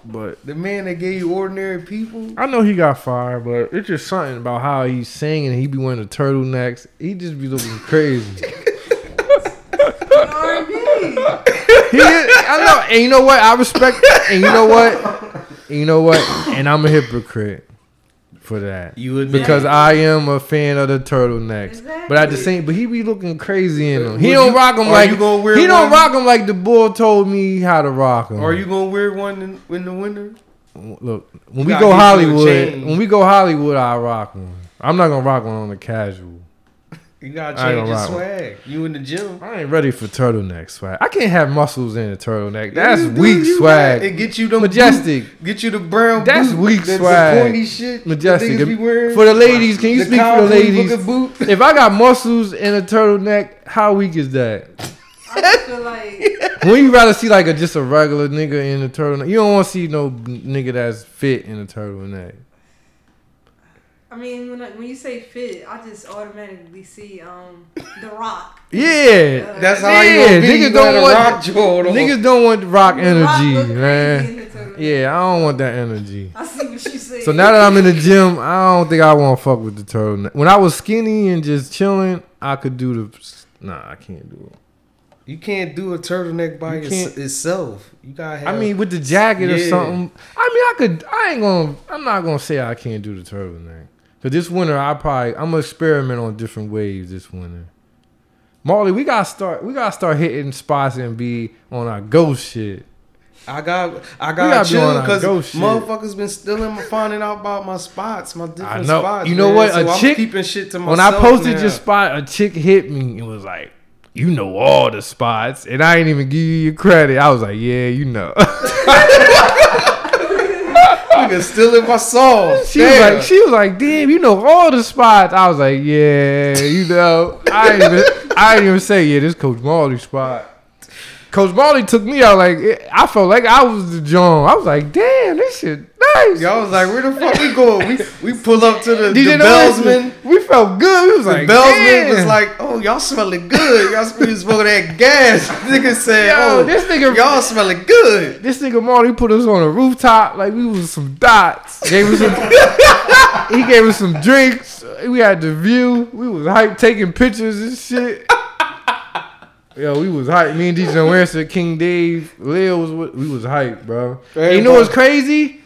Speaker 1: but
Speaker 2: The man that gave you ordinary people.
Speaker 1: I know he got fired, but it's just something about how he's singing. He be wearing the turtlenecks. He just be looking crazy.
Speaker 3: R&B.
Speaker 1: He is- I know, and you know what? I respect. And you know what? And you know what? And I'm a hypocrite for that
Speaker 2: You would
Speaker 1: because I am a fan of the turtlenecks. But at the
Speaker 3: Exactly.
Speaker 1: same, but he be looking crazy in them. He
Speaker 2: Would
Speaker 1: don't
Speaker 2: you-
Speaker 1: rock them
Speaker 2: are
Speaker 1: like
Speaker 2: you gonna wear
Speaker 1: he don't
Speaker 2: one?
Speaker 1: rock them like the bull told me how to rock them.
Speaker 2: Are you gonna wear one in, in the winter?
Speaker 1: Look, when we
Speaker 2: gotta
Speaker 1: go
Speaker 2: get you a
Speaker 1: Hollywood,
Speaker 2: chain.
Speaker 1: when we go Hollywood, I rock one. I'm not gonna rock one on the casual.
Speaker 2: You gotta
Speaker 1: I ain't gonna
Speaker 2: change your
Speaker 1: rock with
Speaker 2: swag. You in the gym.
Speaker 1: I ain't ready for turtleneck swag. I can't have muscles in a turtleneck. That's
Speaker 2: You do,
Speaker 1: weak
Speaker 2: you got-
Speaker 1: swag.
Speaker 2: It get you them boot-
Speaker 1: Majestic.
Speaker 2: Get you the brown.
Speaker 1: That's
Speaker 2: boot,
Speaker 1: weak
Speaker 2: the,
Speaker 1: swag.
Speaker 2: The pointy shit.
Speaker 1: Majestic.
Speaker 2: The niggas be wearing.
Speaker 1: For the ladies, can you
Speaker 2: the
Speaker 1: speak for the
Speaker 2: cowboy
Speaker 1: ladies?
Speaker 2: looking boot.
Speaker 1: If I got muscles in a turtleneck, how weak is that?
Speaker 3: I just feel like
Speaker 1: When you rather see like a just a regular nigga in a turtleneck, you don't want to see no n- nigga that's fit in a turtleneck.
Speaker 3: I mean when I, when you say fit, I just automatically see um The Rock.
Speaker 1: Yeah,
Speaker 2: That's how
Speaker 1: yeah.
Speaker 2: you gonna be.
Speaker 1: Niggas
Speaker 2: You
Speaker 1: don't
Speaker 2: got a
Speaker 1: want-
Speaker 2: rock jaw on.
Speaker 1: niggas don't want rock
Speaker 3: The Rock
Speaker 1: energy,
Speaker 3: look crazy
Speaker 1: man.
Speaker 3: in the turtleneck.
Speaker 1: Yeah, I don't want that energy.
Speaker 3: I see what you said.
Speaker 1: So now that I'm in the gym, I don't think I want to fuck with the turtleneck. When I was skinny and just chilling, I could do the. Nah, I can't do it.
Speaker 2: You can't do a turtleneck by
Speaker 1: You
Speaker 2: its,
Speaker 1: can't-
Speaker 2: itself. You gotta have.
Speaker 1: I mean, with the jacket or
Speaker 2: Yeah.
Speaker 1: something. I mean, I could. I ain't gonna. I'm not gonna say I can't do the turtleneck. Cause this winter, I probably I'm gonna experiment on different waves this winter. Marley, we gotta start. We gotta start hitting spots and be on our ghost shit.
Speaker 2: I got, I
Speaker 1: gotta
Speaker 2: got
Speaker 1: be on our
Speaker 2: you because
Speaker 1: go shit.
Speaker 2: motherfuckers been stealing, my- finding out about my spots, my different
Speaker 1: know.
Speaker 2: spots.
Speaker 1: You know
Speaker 2: man.
Speaker 1: what?
Speaker 2: So
Speaker 1: A
Speaker 2: I'm
Speaker 1: chick-
Speaker 2: keeping shit to myself.
Speaker 1: when I posted
Speaker 2: now.
Speaker 1: your spot, a chick hit me and was like, "You know all the spots," and I ain't even give you your credit. I was like, "Yeah, you know."
Speaker 2: nigga stealing my sauce.
Speaker 1: She was
Speaker 2: Damn.
Speaker 1: like, she was like, damn, you know all the spots. I was like, yeah, you know, I ain't even, I ain't even say, yeah, this Coach Marley spot. Coach Marley took me out like it- I felt like I was the John. I was like, damn, this shit nice.
Speaker 2: Y'all was like, where the fuck we going? We we pull up to the, the
Speaker 1: DJ
Speaker 2: Bellsman.
Speaker 1: Nelson, we felt good. We was
Speaker 2: The
Speaker 1: like,
Speaker 2: Bellsman was
Speaker 1: damn.
Speaker 2: like, oh, y'all smelling good. Y'all sm- you smoking that gas. Nigga said,
Speaker 1: Yo,
Speaker 2: oh,
Speaker 1: this nigga-
Speaker 2: y'all smelling good.
Speaker 1: This nigga Marty put us on a rooftop like we was some dots. Gave us some, he gave us some drinks. We had the view. We was hype taking pictures and shit. Yo, we was hype. Me and DJ Lancer, King Dave, Lil was with, we was hype, bro. And you know what's crazy?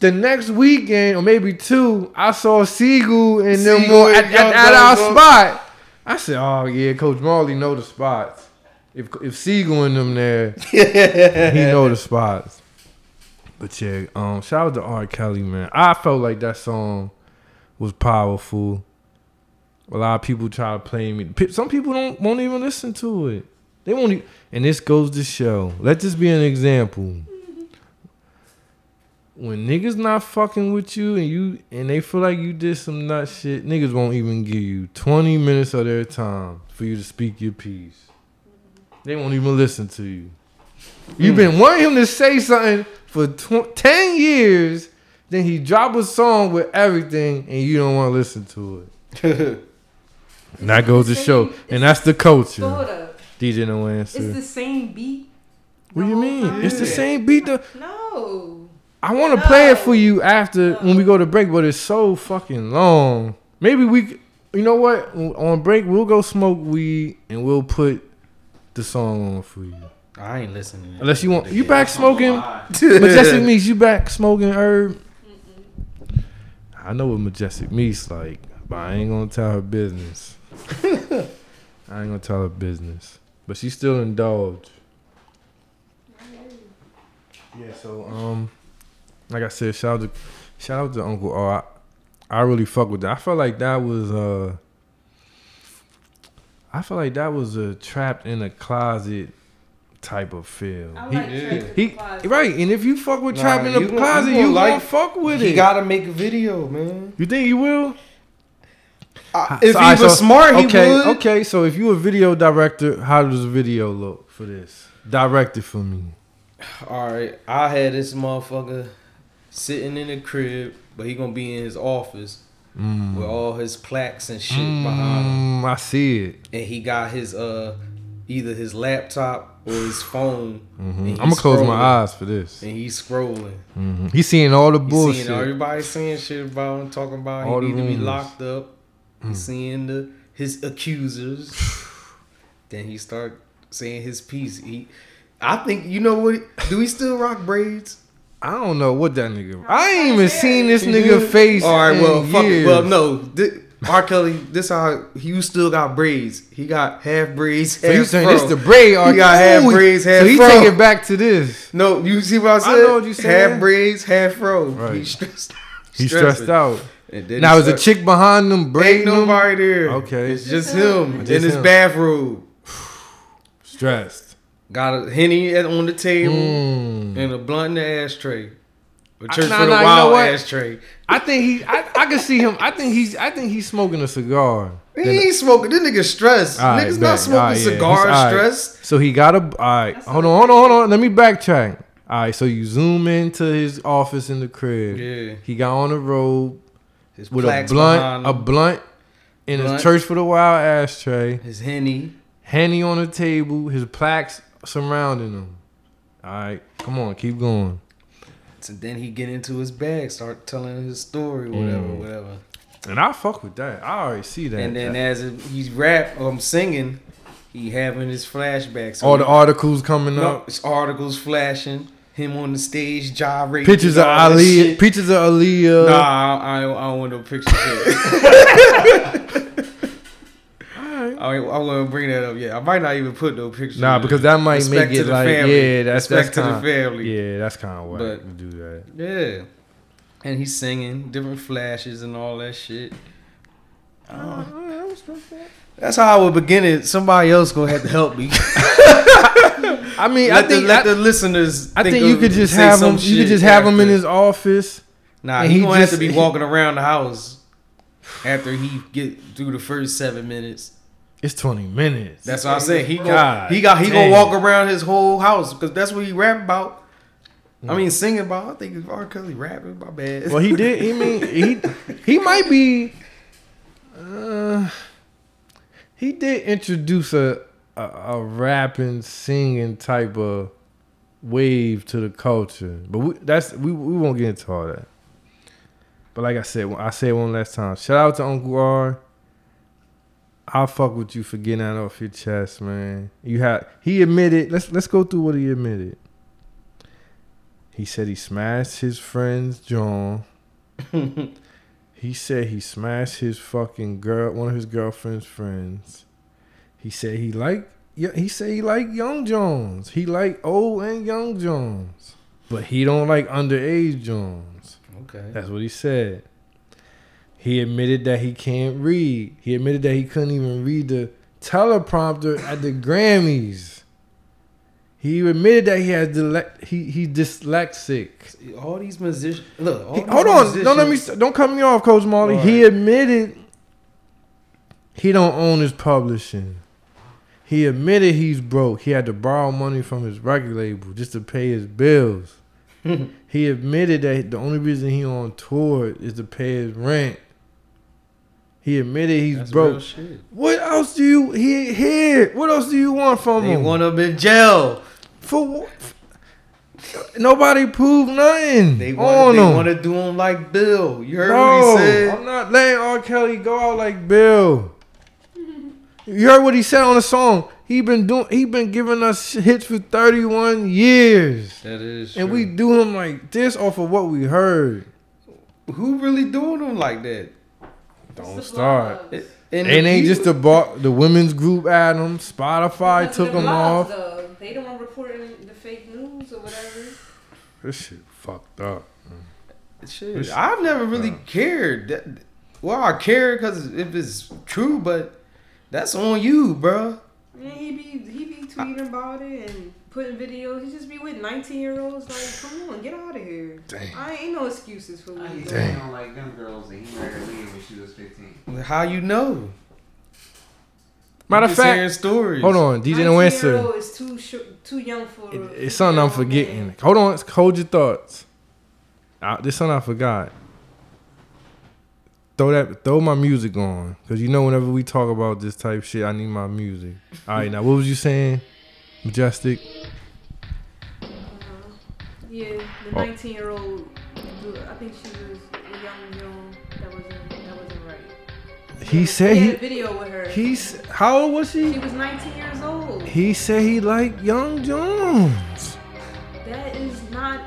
Speaker 1: The next weekend or maybe two, I saw Seagull and them
Speaker 2: Seagull
Speaker 1: more
Speaker 2: and
Speaker 1: at, at,
Speaker 2: Young
Speaker 1: at our
Speaker 2: Thug.
Speaker 1: spot. I said, "Oh yeah, Coach Marley know the spots. If if Seagull and them there." he know the spots. But yeah, um, shout out to R. Kelly, man. I felt like that song was powerful. A lot of people try to play me. Pe- Some people don't won't even listen to it. They won't. E- and this goes to show. Let this be an example. When niggas not fucking with you and you and they feel like you did some nut shit, niggas won't even give you twenty minutes of their time for you to speak your piece. They won't even listen to you. You've been wanting him to say something for tw- 10 years, then he drop a song with everything and you don't want to listen to it. And that goes to show. And that's the culture.
Speaker 3: Sort of.
Speaker 1: DJ No
Speaker 3: It's
Speaker 1: Answer.
Speaker 3: the same beat.
Speaker 1: What do you mean? It's the
Speaker 2: Yeah.
Speaker 1: same beat. The,
Speaker 3: No.
Speaker 1: I want to play it for
Speaker 3: No.
Speaker 1: you after when we go to break, but it's so fucking long. Maybe we, c- you know what? On break, we'll go smoke weed and we'll put the song on for you.
Speaker 2: I ain't listening. to
Speaker 1: Unless you want,
Speaker 2: that
Speaker 1: you
Speaker 2: nigga.
Speaker 1: back smoking?
Speaker 4: Why?
Speaker 1: Majestic Meeks, you back smoking herb? I know what Majestic Meeks like, but I ain't gonna tell her business. I ain't gonna tell her business, but she still indulged. Yeah, so um, like I said, shout out to shout out to Uncle R. I, I really fuck with that. I felt like that was uh, I felt like that was a trapped in a closet type of feel.
Speaker 3: I
Speaker 1: He-
Speaker 3: like
Speaker 2: yeah.
Speaker 3: Travis
Speaker 1: he
Speaker 3: Scott.
Speaker 1: right, and if you fuck with
Speaker 2: Nah,
Speaker 1: Trap in the
Speaker 2: you gon-
Speaker 1: Closet,
Speaker 2: you
Speaker 1: you,
Speaker 2: gon'
Speaker 1: gonna
Speaker 2: like-
Speaker 1: fuck with
Speaker 2: He
Speaker 1: it.
Speaker 2: gotta make a video, man.
Speaker 1: you think he will?
Speaker 2: I-
Speaker 1: Uh, So,
Speaker 2: if
Speaker 1: alright,
Speaker 2: he was
Speaker 1: so-
Speaker 2: smart, he
Speaker 1: okay,
Speaker 2: would.
Speaker 1: okay. So if you a video director, how does the video look for this? Direct it for me.
Speaker 2: All right, I had this motherfucker sitting in the crib, but he gonna be in his office
Speaker 1: Mm.
Speaker 2: with all his plaques and shit behind him,
Speaker 1: Mm, I see it.
Speaker 2: and he got his uh either his laptop or his phone,
Speaker 1: hmm I'm
Speaker 2: And
Speaker 1: gonna
Speaker 2: he's
Speaker 1: close my
Speaker 2: scrolling.
Speaker 1: eyes for this.
Speaker 2: and he's scrolling.
Speaker 1: Mhm. He's seeing all the
Speaker 2: He's
Speaker 1: bullshit.
Speaker 2: seeing everybody saying shit about him, talking about
Speaker 1: All the Mm.
Speaker 2: he need to be
Speaker 1: rumors.
Speaker 2: locked up. He's seeing the his accusers. then he start saying his piece. He, I think you know what? Do he still rock braids?
Speaker 1: I don't know what that nigga. I ain't even seen this
Speaker 2: He
Speaker 1: nigga
Speaker 2: did?
Speaker 1: face.
Speaker 2: Mm-hmm. All right, well,
Speaker 1: in
Speaker 2: fuck it.
Speaker 1: years.
Speaker 2: Well, no. Thi- R. Kelly, this how you still got braids. He got half braids,
Speaker 1: So
Speaker 2: half
Speaker 1: you saying
Speaker 2: fro.
Speaker 1: this the braid?
Speaker 2: He got half braids, half
Speaker 1: So he
Speaker 2: fro.
Speaker 1: take it back to this.
Speaker 2: No, you see what I said?
Speaker 1: know what you
Speaker 2: Half
Speaker 1: saying.
Speaker 2: braids, half fro. He
Speaker 1: Right.
Speaker 2: stressed.
Speaker 1: He stressed out.
Speaker 2: And then
Speaker 1: Now
Speaker 2: he
Speaker 1: is a
Speaker 2: start-
Speaker 1: chick behind them
Speaker 2: Ain't
Speaker 1: braiding them?
Speaker 2: nobody there.
Speaker 1: Okay.
Speaker 2: It's just him
Speaker 1: Just
Speaker 2: in his
Speaker 1: him.
Speaker 2: bathrobe.
Speaker 1: Stressed.
Speaker 2: Got a henny at- on the table
Speaker 1: Mm.
Speaker 2: and a blunt in the ashtray. A
Speaker 1: I-
Speaker 2: church
Speaker 1: nah,
Speaker 2: for the
Speaker 1: nah, you know
Speaker 2: wild
Speaker 1: what?
Speaker 2: ashtray.
Speaker 1: I think he. I, I can see him. I think he's. I think he's smoking a cigar.
Speaker 2: He ain't smoking. This nigga stressed.
Speaker 1: All right,
Speaker 2: Niggas not
Speaker 1: bet.
Speaker 2: smoking
Speaker 1: All right, yeah.
Speaker 2: cigar
Speaker 1: He's- all right.
Speaker 2: stressed.
Speaker 1: So he got a. All right,
Speaker 3: That's
Speaker 1: hold
Speaker 3: not
Speaker 1: on, hold on, hold on. Let me backtrack. All right, so you zoom into his office in the crib.
Speaker 2: Yeah.
Speaker 1: He got on a robe
Speaker 2: His
Speaker 1: with a
Speaker 2: plaques
Speaker 1: blunt,
Speaker 2: behind
Speaker 1: a
Speaker 2: him,
Speaker 1: blunt, in
Speaker 2: Blunt.
Speaker 1: his church for the wild ashtray.
Speaker 2: his henny.
Speaker 1: Henny on the table. His plaques surrounding him. All right, come on, keep going.
Speaker 2: So then he get into his bag, start telling his story, whatever,
Speaker 1: Mm.
Speaker 2: whatever.
Speaker 1: And I fuck with that. I already see that.
Speaker 2: And then as he's rap, um, singing, he having his flashbacks. So
Speaker 1: all
Speaker 2: he-
Speaker 1: the articles coming
Speaker 2: No,
Speaker 1: up.
Speaker 2: it's articles flashing. Him on the stage gyrating.
Speaker 1: Pictures of
Speaker 2: all that
Speaker 1: Ali. Uh.
Speaker 2: shit.
Speaker 1: Pictures of Aaliyah.
Speaker 2: Nah, I, I, don't, I don't want no pictures. Yet. I, ain't- I wouldn't bring that up yet. I might not even put no pictures.
Speaker 1: Nah,
Speaker 2: yet.
Speaker 1: because that might
Speaker 2: Respect
Speaker 1: make
Speaker 2: to
Speaker 1: it
Speaker 2: the
Speaker 1: like
Speaker 2: family.
Speaker 1: yeah, that's that's
Speaker 2: Respect to the
Speaker 1: kinda,
Speaker 2: family.
Speaker 1: Yeah, that's kind of whack
Speaker 2: But-
Speaker 1: to do that.
Speaker 2: yeah, and he's singing different flashes and all that shit. That's how I would begin it. Somebody else gonna have to help me.
Speaker 1: I mean,
Speaker 2: let
Speaker 1: I think
Speaker 2: the, let
Speaker 1: I,
Speaker 2: the listeners.
Speaker 1: I think
Speaker 2: of-
Speaker 1: you could just
Speaker 2: say
Speaker 1: have
Speaker 2: some
Speaker 1: him. You
Speaker 2: shit
Speaker 1: could just have him in
Speaker 2: after.
Speaker 1: his office.
Speaker 2: Nah,
Speaker 1: And
Speaker 2: he,
Speaker 1: he
Speaker 2: gonna have
Speaker 1: just-
Speaker 2: to be walking around the house after he get through the first seven minutes.
Speaker 1: It's twenty minutes.
Speaker 2: That's what I'm saying. He gonna,
Speaker 1: God
Speaker 2: he got he
Speaker 1: damn.
Speaker 2: gonna walk around his whole house because that's what he rap about. I mean, singing about. I think it's R. Kelly rapping. My bad.
Speaker 1: Mm. well, he did. He mean he he might be. Uh, he did introduce a, a a rapping, singing type of wave to the culture, but we, that's we we won't get into all that. But like I said, I said one last time. Shout out to Uncle R. I fuck with you for getting that off your chest, man. You had he admitted. Let's let's go through what he admitted. He said he smashed his friend's John. he said he smashed his fucking girl, one of his girlfriend's friends. He said he liked, yeah, he said he liked young Jones. He liked old and young Jones, but he don't like underage Jones.
Speaker 2: okay.
Speaker 1: That's what he said. He admitted that he can't read. He admitted that he couldn't even read the teleprompter at the Grammys. He admitted that he has dile- he he dyslexic.
Speaker 2: All these musicians. Look. All
Speaker 1: He-
Speaker 2: these
Speaker 1: hold on, don't let me
Speaker 2: musicians-
Speaker 1: don't cut me off, Coach Marley. He admitted he don't own his publishing. He admitted he's broke. He had to borrow money from his record label just to pay his bills. he admitted that the only reason he on tour is to pay his rent. He admitted he's
Speaker 2: That's real
Speaker 1: broke.
Speaker 2: shit.
Speaker 1: What else do you he here? What else do you want from
Speaker 2: They
Speaker 1: him?
Speaker 2: want him in jail.
Speaker 1: For what? Nobody proved nothing.
Speaker 2: They
Speaker 1: on
Speaker 2: want. They
Speaker 1: him.
Speaker 2: want to do him like Bill. You heard
Speaker 1: No,
Speaker 2: what he said.
Speaker 1: I'm not letting R. Kelly go out like Bill. You heard what he said on the song. He been doing. He been giving us hits for 31 years,
Speaker 2: That is.
Speaker 1: and we
Speaker 2: true.
Speaker 1: do him like this off of what we heard.
Speaker 2: who really doing him like that?
Speaker 1: Don't start.
Speaker 2: And
Speaker 1: And ain't
Speaker 2: he-
Speaker 1: just the bar, the women's group Adam. Spotify took him off.
Speaker 3: Though. They the one reporting the fake news or whatever.
Speaker 1: This shit fucked up.
Speaker 2: Shit, I've never really cared. That, well, I care because if it's true, but that's on you, bruh.
Speaker 3: Man, he be he be tweeting about it and putting videos. He just be with nineteen year olds. Like, come on, get out of here.
Speaker 1: Damn.
Speaker 3: I ain't no excuses for
Speaker 4: I
Speaker 3: what you
Speaker 4: used
Speaker 3: doing.
Speaker 4: to don't like them girls that he married Leah when she was 15.
Speaker 2: How you know?
Speaker 1: Matter
Speaker 2: You
Speaker 1: of
Speaker 2: just
Speaker 1: fact,
Speaker 2: hearing stories.
Speaker 1: hold on, DJ no answer.
Speaker 3: Is too short, too young for.
Speaker 1: It, it's something I'm forgetting. Hold on, hold your thoughts. I, this something I forgot. Throw that, throw my music on, cause you know whenever we talk about this type shit, I need my music. All right, now what was you saying, Majestic?
Speaker 3: Uh-huh. Yeah, the
Speaker 1: Oh.
Speaker 3: 19 year old. I think she was a young girl that wasn't that wasn't right.
Speaker 1: He
Speaker 3: They
Speaker 1: said
Speaker 3: had a
Speaker 1: he,
Speaker 3: video with her.
Speaker 1: he's how old was
Speaker 3: she
Speaker 1: she?
Speaker 3: was 19 years old.
Speaker 1: He said he liked Young Jones.
Speaker 3: That is not.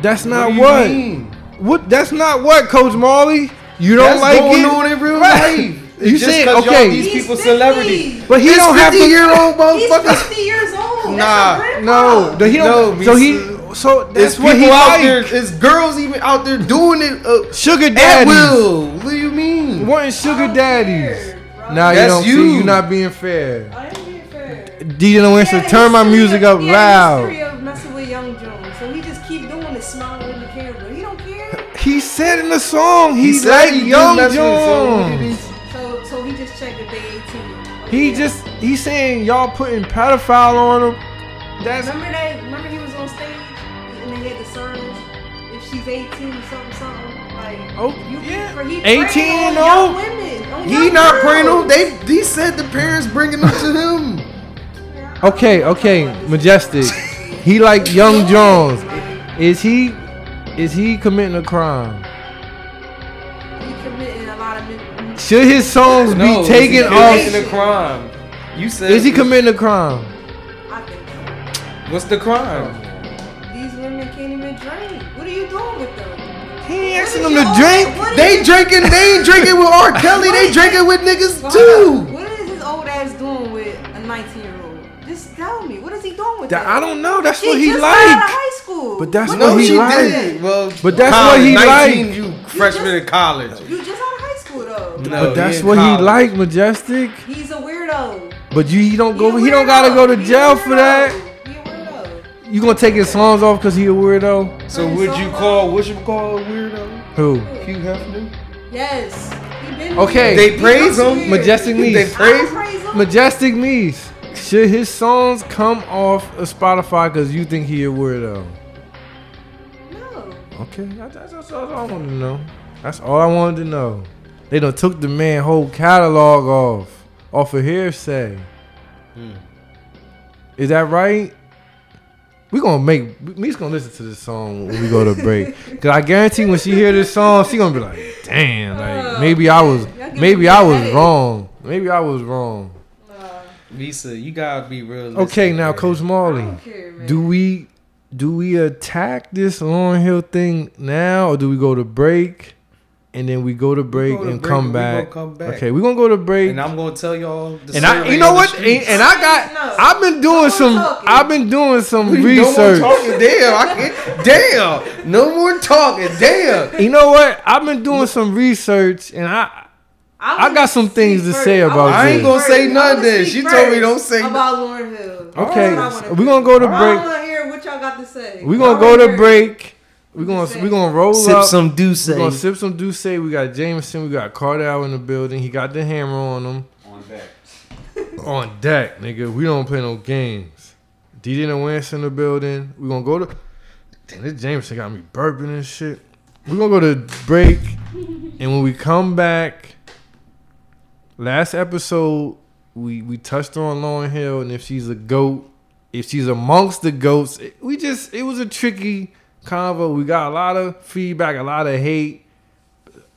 Speaker 1: That's not
Speaker 2: do
Speaker 1: what.
Speaker 2: you mean?
Speaker 1: What? That's not what, Coach Marley. You don't
Speaker 2: That's
Speaker 1: like
Speaker 2: going
Speaker 1: it.
Speaker 2: on in real
Speaker 1: Right.
Speaker 2: life.
Speaker 1: You
Speaker 2: Just
Speaker 1: said
Speaker 2: 'cause y'all
Speaker 1: okay,
Speaker 2: These
Speaker 3: He's
Speaker 2: people
Speaker 3: 50.
Speaker 2: celebrities.
Speaker 1: but he
Speaker 2: This
Speaker 1: don't have to.
Speaker 2: 50 year old
Speaker 3: He's
Speaker 2: motherfucker.
Speaker 3: 50 years old.
Speaker 2: Nah,
Speaker 3: That's her
Speaker 1: No,
Speaker 3: grandpa.
Speaker 1: the, he don't.
Speaker 2: No,
Speaker 1: so
Speaker 2: me-
Speaker 1: he. So
Speaker 2: There's
Speaker 1: that's
Speaker 2: people
Speaker 1: what he
Speaker 2: out
Speaker 1: like.
Speaker 2: there. There's girls even out there doing it uh,
Speaker 1: Sugar
Speaker 2: at
Speaker 1: daddies.
Speaker 2: will. What do you mean?
Speaker 1: Wanting
Speaker 3: I
Speaker 1: sugar
Speaker 3: don't
Speaker 1: daddies.
Speaker 3: care, bro.
Speaker 1: Nah, you
Speaker 2: That's
Speaker 1: don't.
Speaker 2: you.
Speaker 1: See, you're not being fair.
Speaker 3: I am being fair.
Speaker 1: DJ no answer.
Speaker 3: Yeah,
Speaker 1: Turn my
Speaker 3: history
Speaker 1: music
Speaker 3: of-
Speaker 1: up
Speaker 3: yeah,
Speaker 1: loud.
Speaker 3: history of messing with Young Jones. So we just keep doing it, smiling in the camera. He don't care.
Speaker 1: He said in the song he,
Speaker 2: said
Speaker 1: liked
Speaker 2: he do
Speaker 1: Young
Speaker 2: mess with some
Speaker 1: Jones.
Speaker 2: ladies.
Speaker 3: So, so he just checked the day 18.
Speaker 1: He
Speaker 3: Yeah.
Speaker 1: just he saying y'all putting pedophile on him. That's
Speaker 3: remember that. Remember he was on stage and they had the signs. If she's 18, something, something. Like,
Speaker 1: Oh,
Speaker 3: you,
Speaker 1: yeah. oh.
Speaker 3: For he
Speaker 1: 18
Speaker 3: 18
Speaker 1: and
Speaker 3: on young
Speaker 1: old?
Speaker 3: women. on
Speaker 2: He
Speaker 3: young
Speaker 2: not praying
Speaker 3: girls.
Speaker 2: on. They he said the parents bringing them to him.
Speaker 3: Yeah, I
Speaker 1: Okay,
Speaker 3: don't know
Speaker 1: okay,
Speaker 3: about this.
Speaker 1: majestic. He like Young Jones. Is he is he committing a crime?
Speaker 3: He committing a lot of men-
Speaker 1: Should his songs be taken
Speaker 3: he
Speaker 1: off?
Speaker 3: committing
Speaker 2: the crime. You said
Speaker 1: Is he committing a crime?
Speaker 3: I think so.
Speaker 2: What's the crime?
Speaker 3: These women can't even drink. What are you doing with them?
Speaker 1: He ain't asking
Speaker 3: What
Speaker 1: them
Speaker 3: is
Speaker 1: to
Speaker 3: your-
Speaker 1: drink.
Speaker 3: what
Speaker 2: They
Speaker 3: is-
Speaker 2: drinking. They ain't drinking with R. Kelly. They drinking with niggas too.
Speaker 3: What is his old ass doing with a 19 year old? Just tell me. What is he doing with
Speaker 1: That-
Speaker 3: that?
Speaker 1: I don't know. That's
Speaker 3: She
Speaker 1: what he
Speaker 3: just got out of
Speaker 1: like.
Speaker 3: high school.
Speaker 1: But that's
Speaker 3: the
Speaker 1: what
Speaker 2: No,
Speaker 1: he
Speaker 2: she
Speaker 3: fuck
Speaker 1: like.
Speaker 3: is that?
Speaker 2: didn't. Well,
Speaker 1: But that's
Speaker 2: college,
Speaker 1: what he
Speaker 2: 19,
Speaker 1: like.
Speaker 2: You freshman in college.
Speaker 3: You just out of high school though.
Speaker 2: No,
Speaker 1: But that's
Speaker 2: in
Speaker 1: what
Speaker 2: college.
Speaker 1: he like, majestic.
Speaker 3: He's a weirdo.
Speaker 1: But you he don't go.
Speaker 3: He a
Speaker 1: He don't
Speaker 3: weirdo.
Speaker 1: gotta go to
Speaker 3: He a
Speaker 1: jail for
Speaker 3: weirdo.
Speaker 1: that.
Speaker 3: He a weirdo.
Speaker 1: You gonna take his songs off because he a weirdo?
Speaker 2: So would you call what you call a weirdo?
Speaker 1: Who?
Speaker 2: Hugh Hefner.
Speaker 3: Yes. He been
Speaker 1: Okay.
Speaker 3: weird.
Speaker 1: They
Speaker 3: He
Speaker 2: praise
Speaker 3: was
Speaker 2: him.
Speaker 3: weird.
Speaker 1: Majestic
Speaker 2: They
Speaker 1: niece.
Speaker 3: I
Speaker 2: praise-
Speaker 3: praise him.
Speaker 1: Majestic niece. Should his songs come off of Spotify because you think he a weirdo?
Speaker 3: no.
Speaker 1: Okay, that- that's, that's all I wanted to know. That's all I wanted to know. They done took the man whole catalog off off of hearsay.
Speaker 3: Hmm.
Speaker 1: Is that right? We gonna make me's gonna listen to this song when we go to break. Cause I guarantee when she hear this song, she gonna be like, "Damn, like
Speaker 3: Oh,
Speaker 1: maybe I was,
Speaker 3: man. Y'all giving me
Speaker 1: maybe
Speaker 3: a
Speaker 1: I was
Speaker 3: headache.
Speaker 1: wrong, maybe I was wrong."
Speaker 3: Uh,
Speaker 2: Lisa, you gotta be real.
Speaker 1: Okay, now Coach
Speaker 3: I
Speaker 1: Marley.
Speaker 3: don't care, man.
Speaker 1: Do we do we attack this Lauren Hill thing now, or do we go to break and then we go to break
Speaker 2: go to
Speaker 1: and
Speaker 2: break
Speaker 1: come,
Speaker 2: and we
Speaker 1: back.
Speaker 2: gonna come back.
Speaker 1: Okay, we're gonna go to break.
Speaker 2: And I'm gonna tell y'all. The
Speaker 1: And I,
Speaker 2: survey
Speaker 1: you know
Speaker 2: on the
Speaker 1: what? And,
Speaker 2: streets.
Speaker 1: and I got,
Speaker 3: No.
Speaker 1: I've been
Speaker 3: No
Speaker 1: doing
Speaker 3: more
Speaker 1: some,
Speaker 3: talking.
Speaker 1: I've been doing some
Speaker 2: No more
Speaker 1: research.
Speaker 2: talking. Damn, I can't. Damn, no more talking. Damn.
Speaker 1: you know what? I've been doing some research, and I,
Speaker 3: I,
Speaker 1: I got some things to say about
Speaker 2: I ain't gonna say none of
Speaker 3: nothing.
Speaker 2: this. You told me don't say no-
Speaker 3: about Lauren Hill. That's
Speaker 1: okay,
Speaker 3: what I wanna
Speaker 1: we're gonna go to
Speaker 3: do. I
Speaker 1: break.
Speaker 3: want to hear what y'all got to say.
Speaker 1: We're
Speaker 3: I
Speaker 1: gonna go
Speaker 3: wanna
Speaker 1: to
Speaker 3: hear-
Speaker 1: break. We're
Speaker 3: Say.
Speaker 1: gonna, we're gonna roll up.
Speaker 2: Douce.
Speaker 1: We're gonna sip some Douce. We got Jameson. We got Cardell in the building. He got the hammer on him.
Speaker 4: On deck.
Speaker 1: on deck, nigga. We don't play no games. DJ and Wentz in the building. We gonna go to. Damn, this Jameson got me burping and shit. We gonna go to break, and when we come back, last episode we we touched on Lauren Hill and if she's a goat, if she's amongst the goats. it- we just it was a tricky convo. We got a lot of feedback, a lot of hate.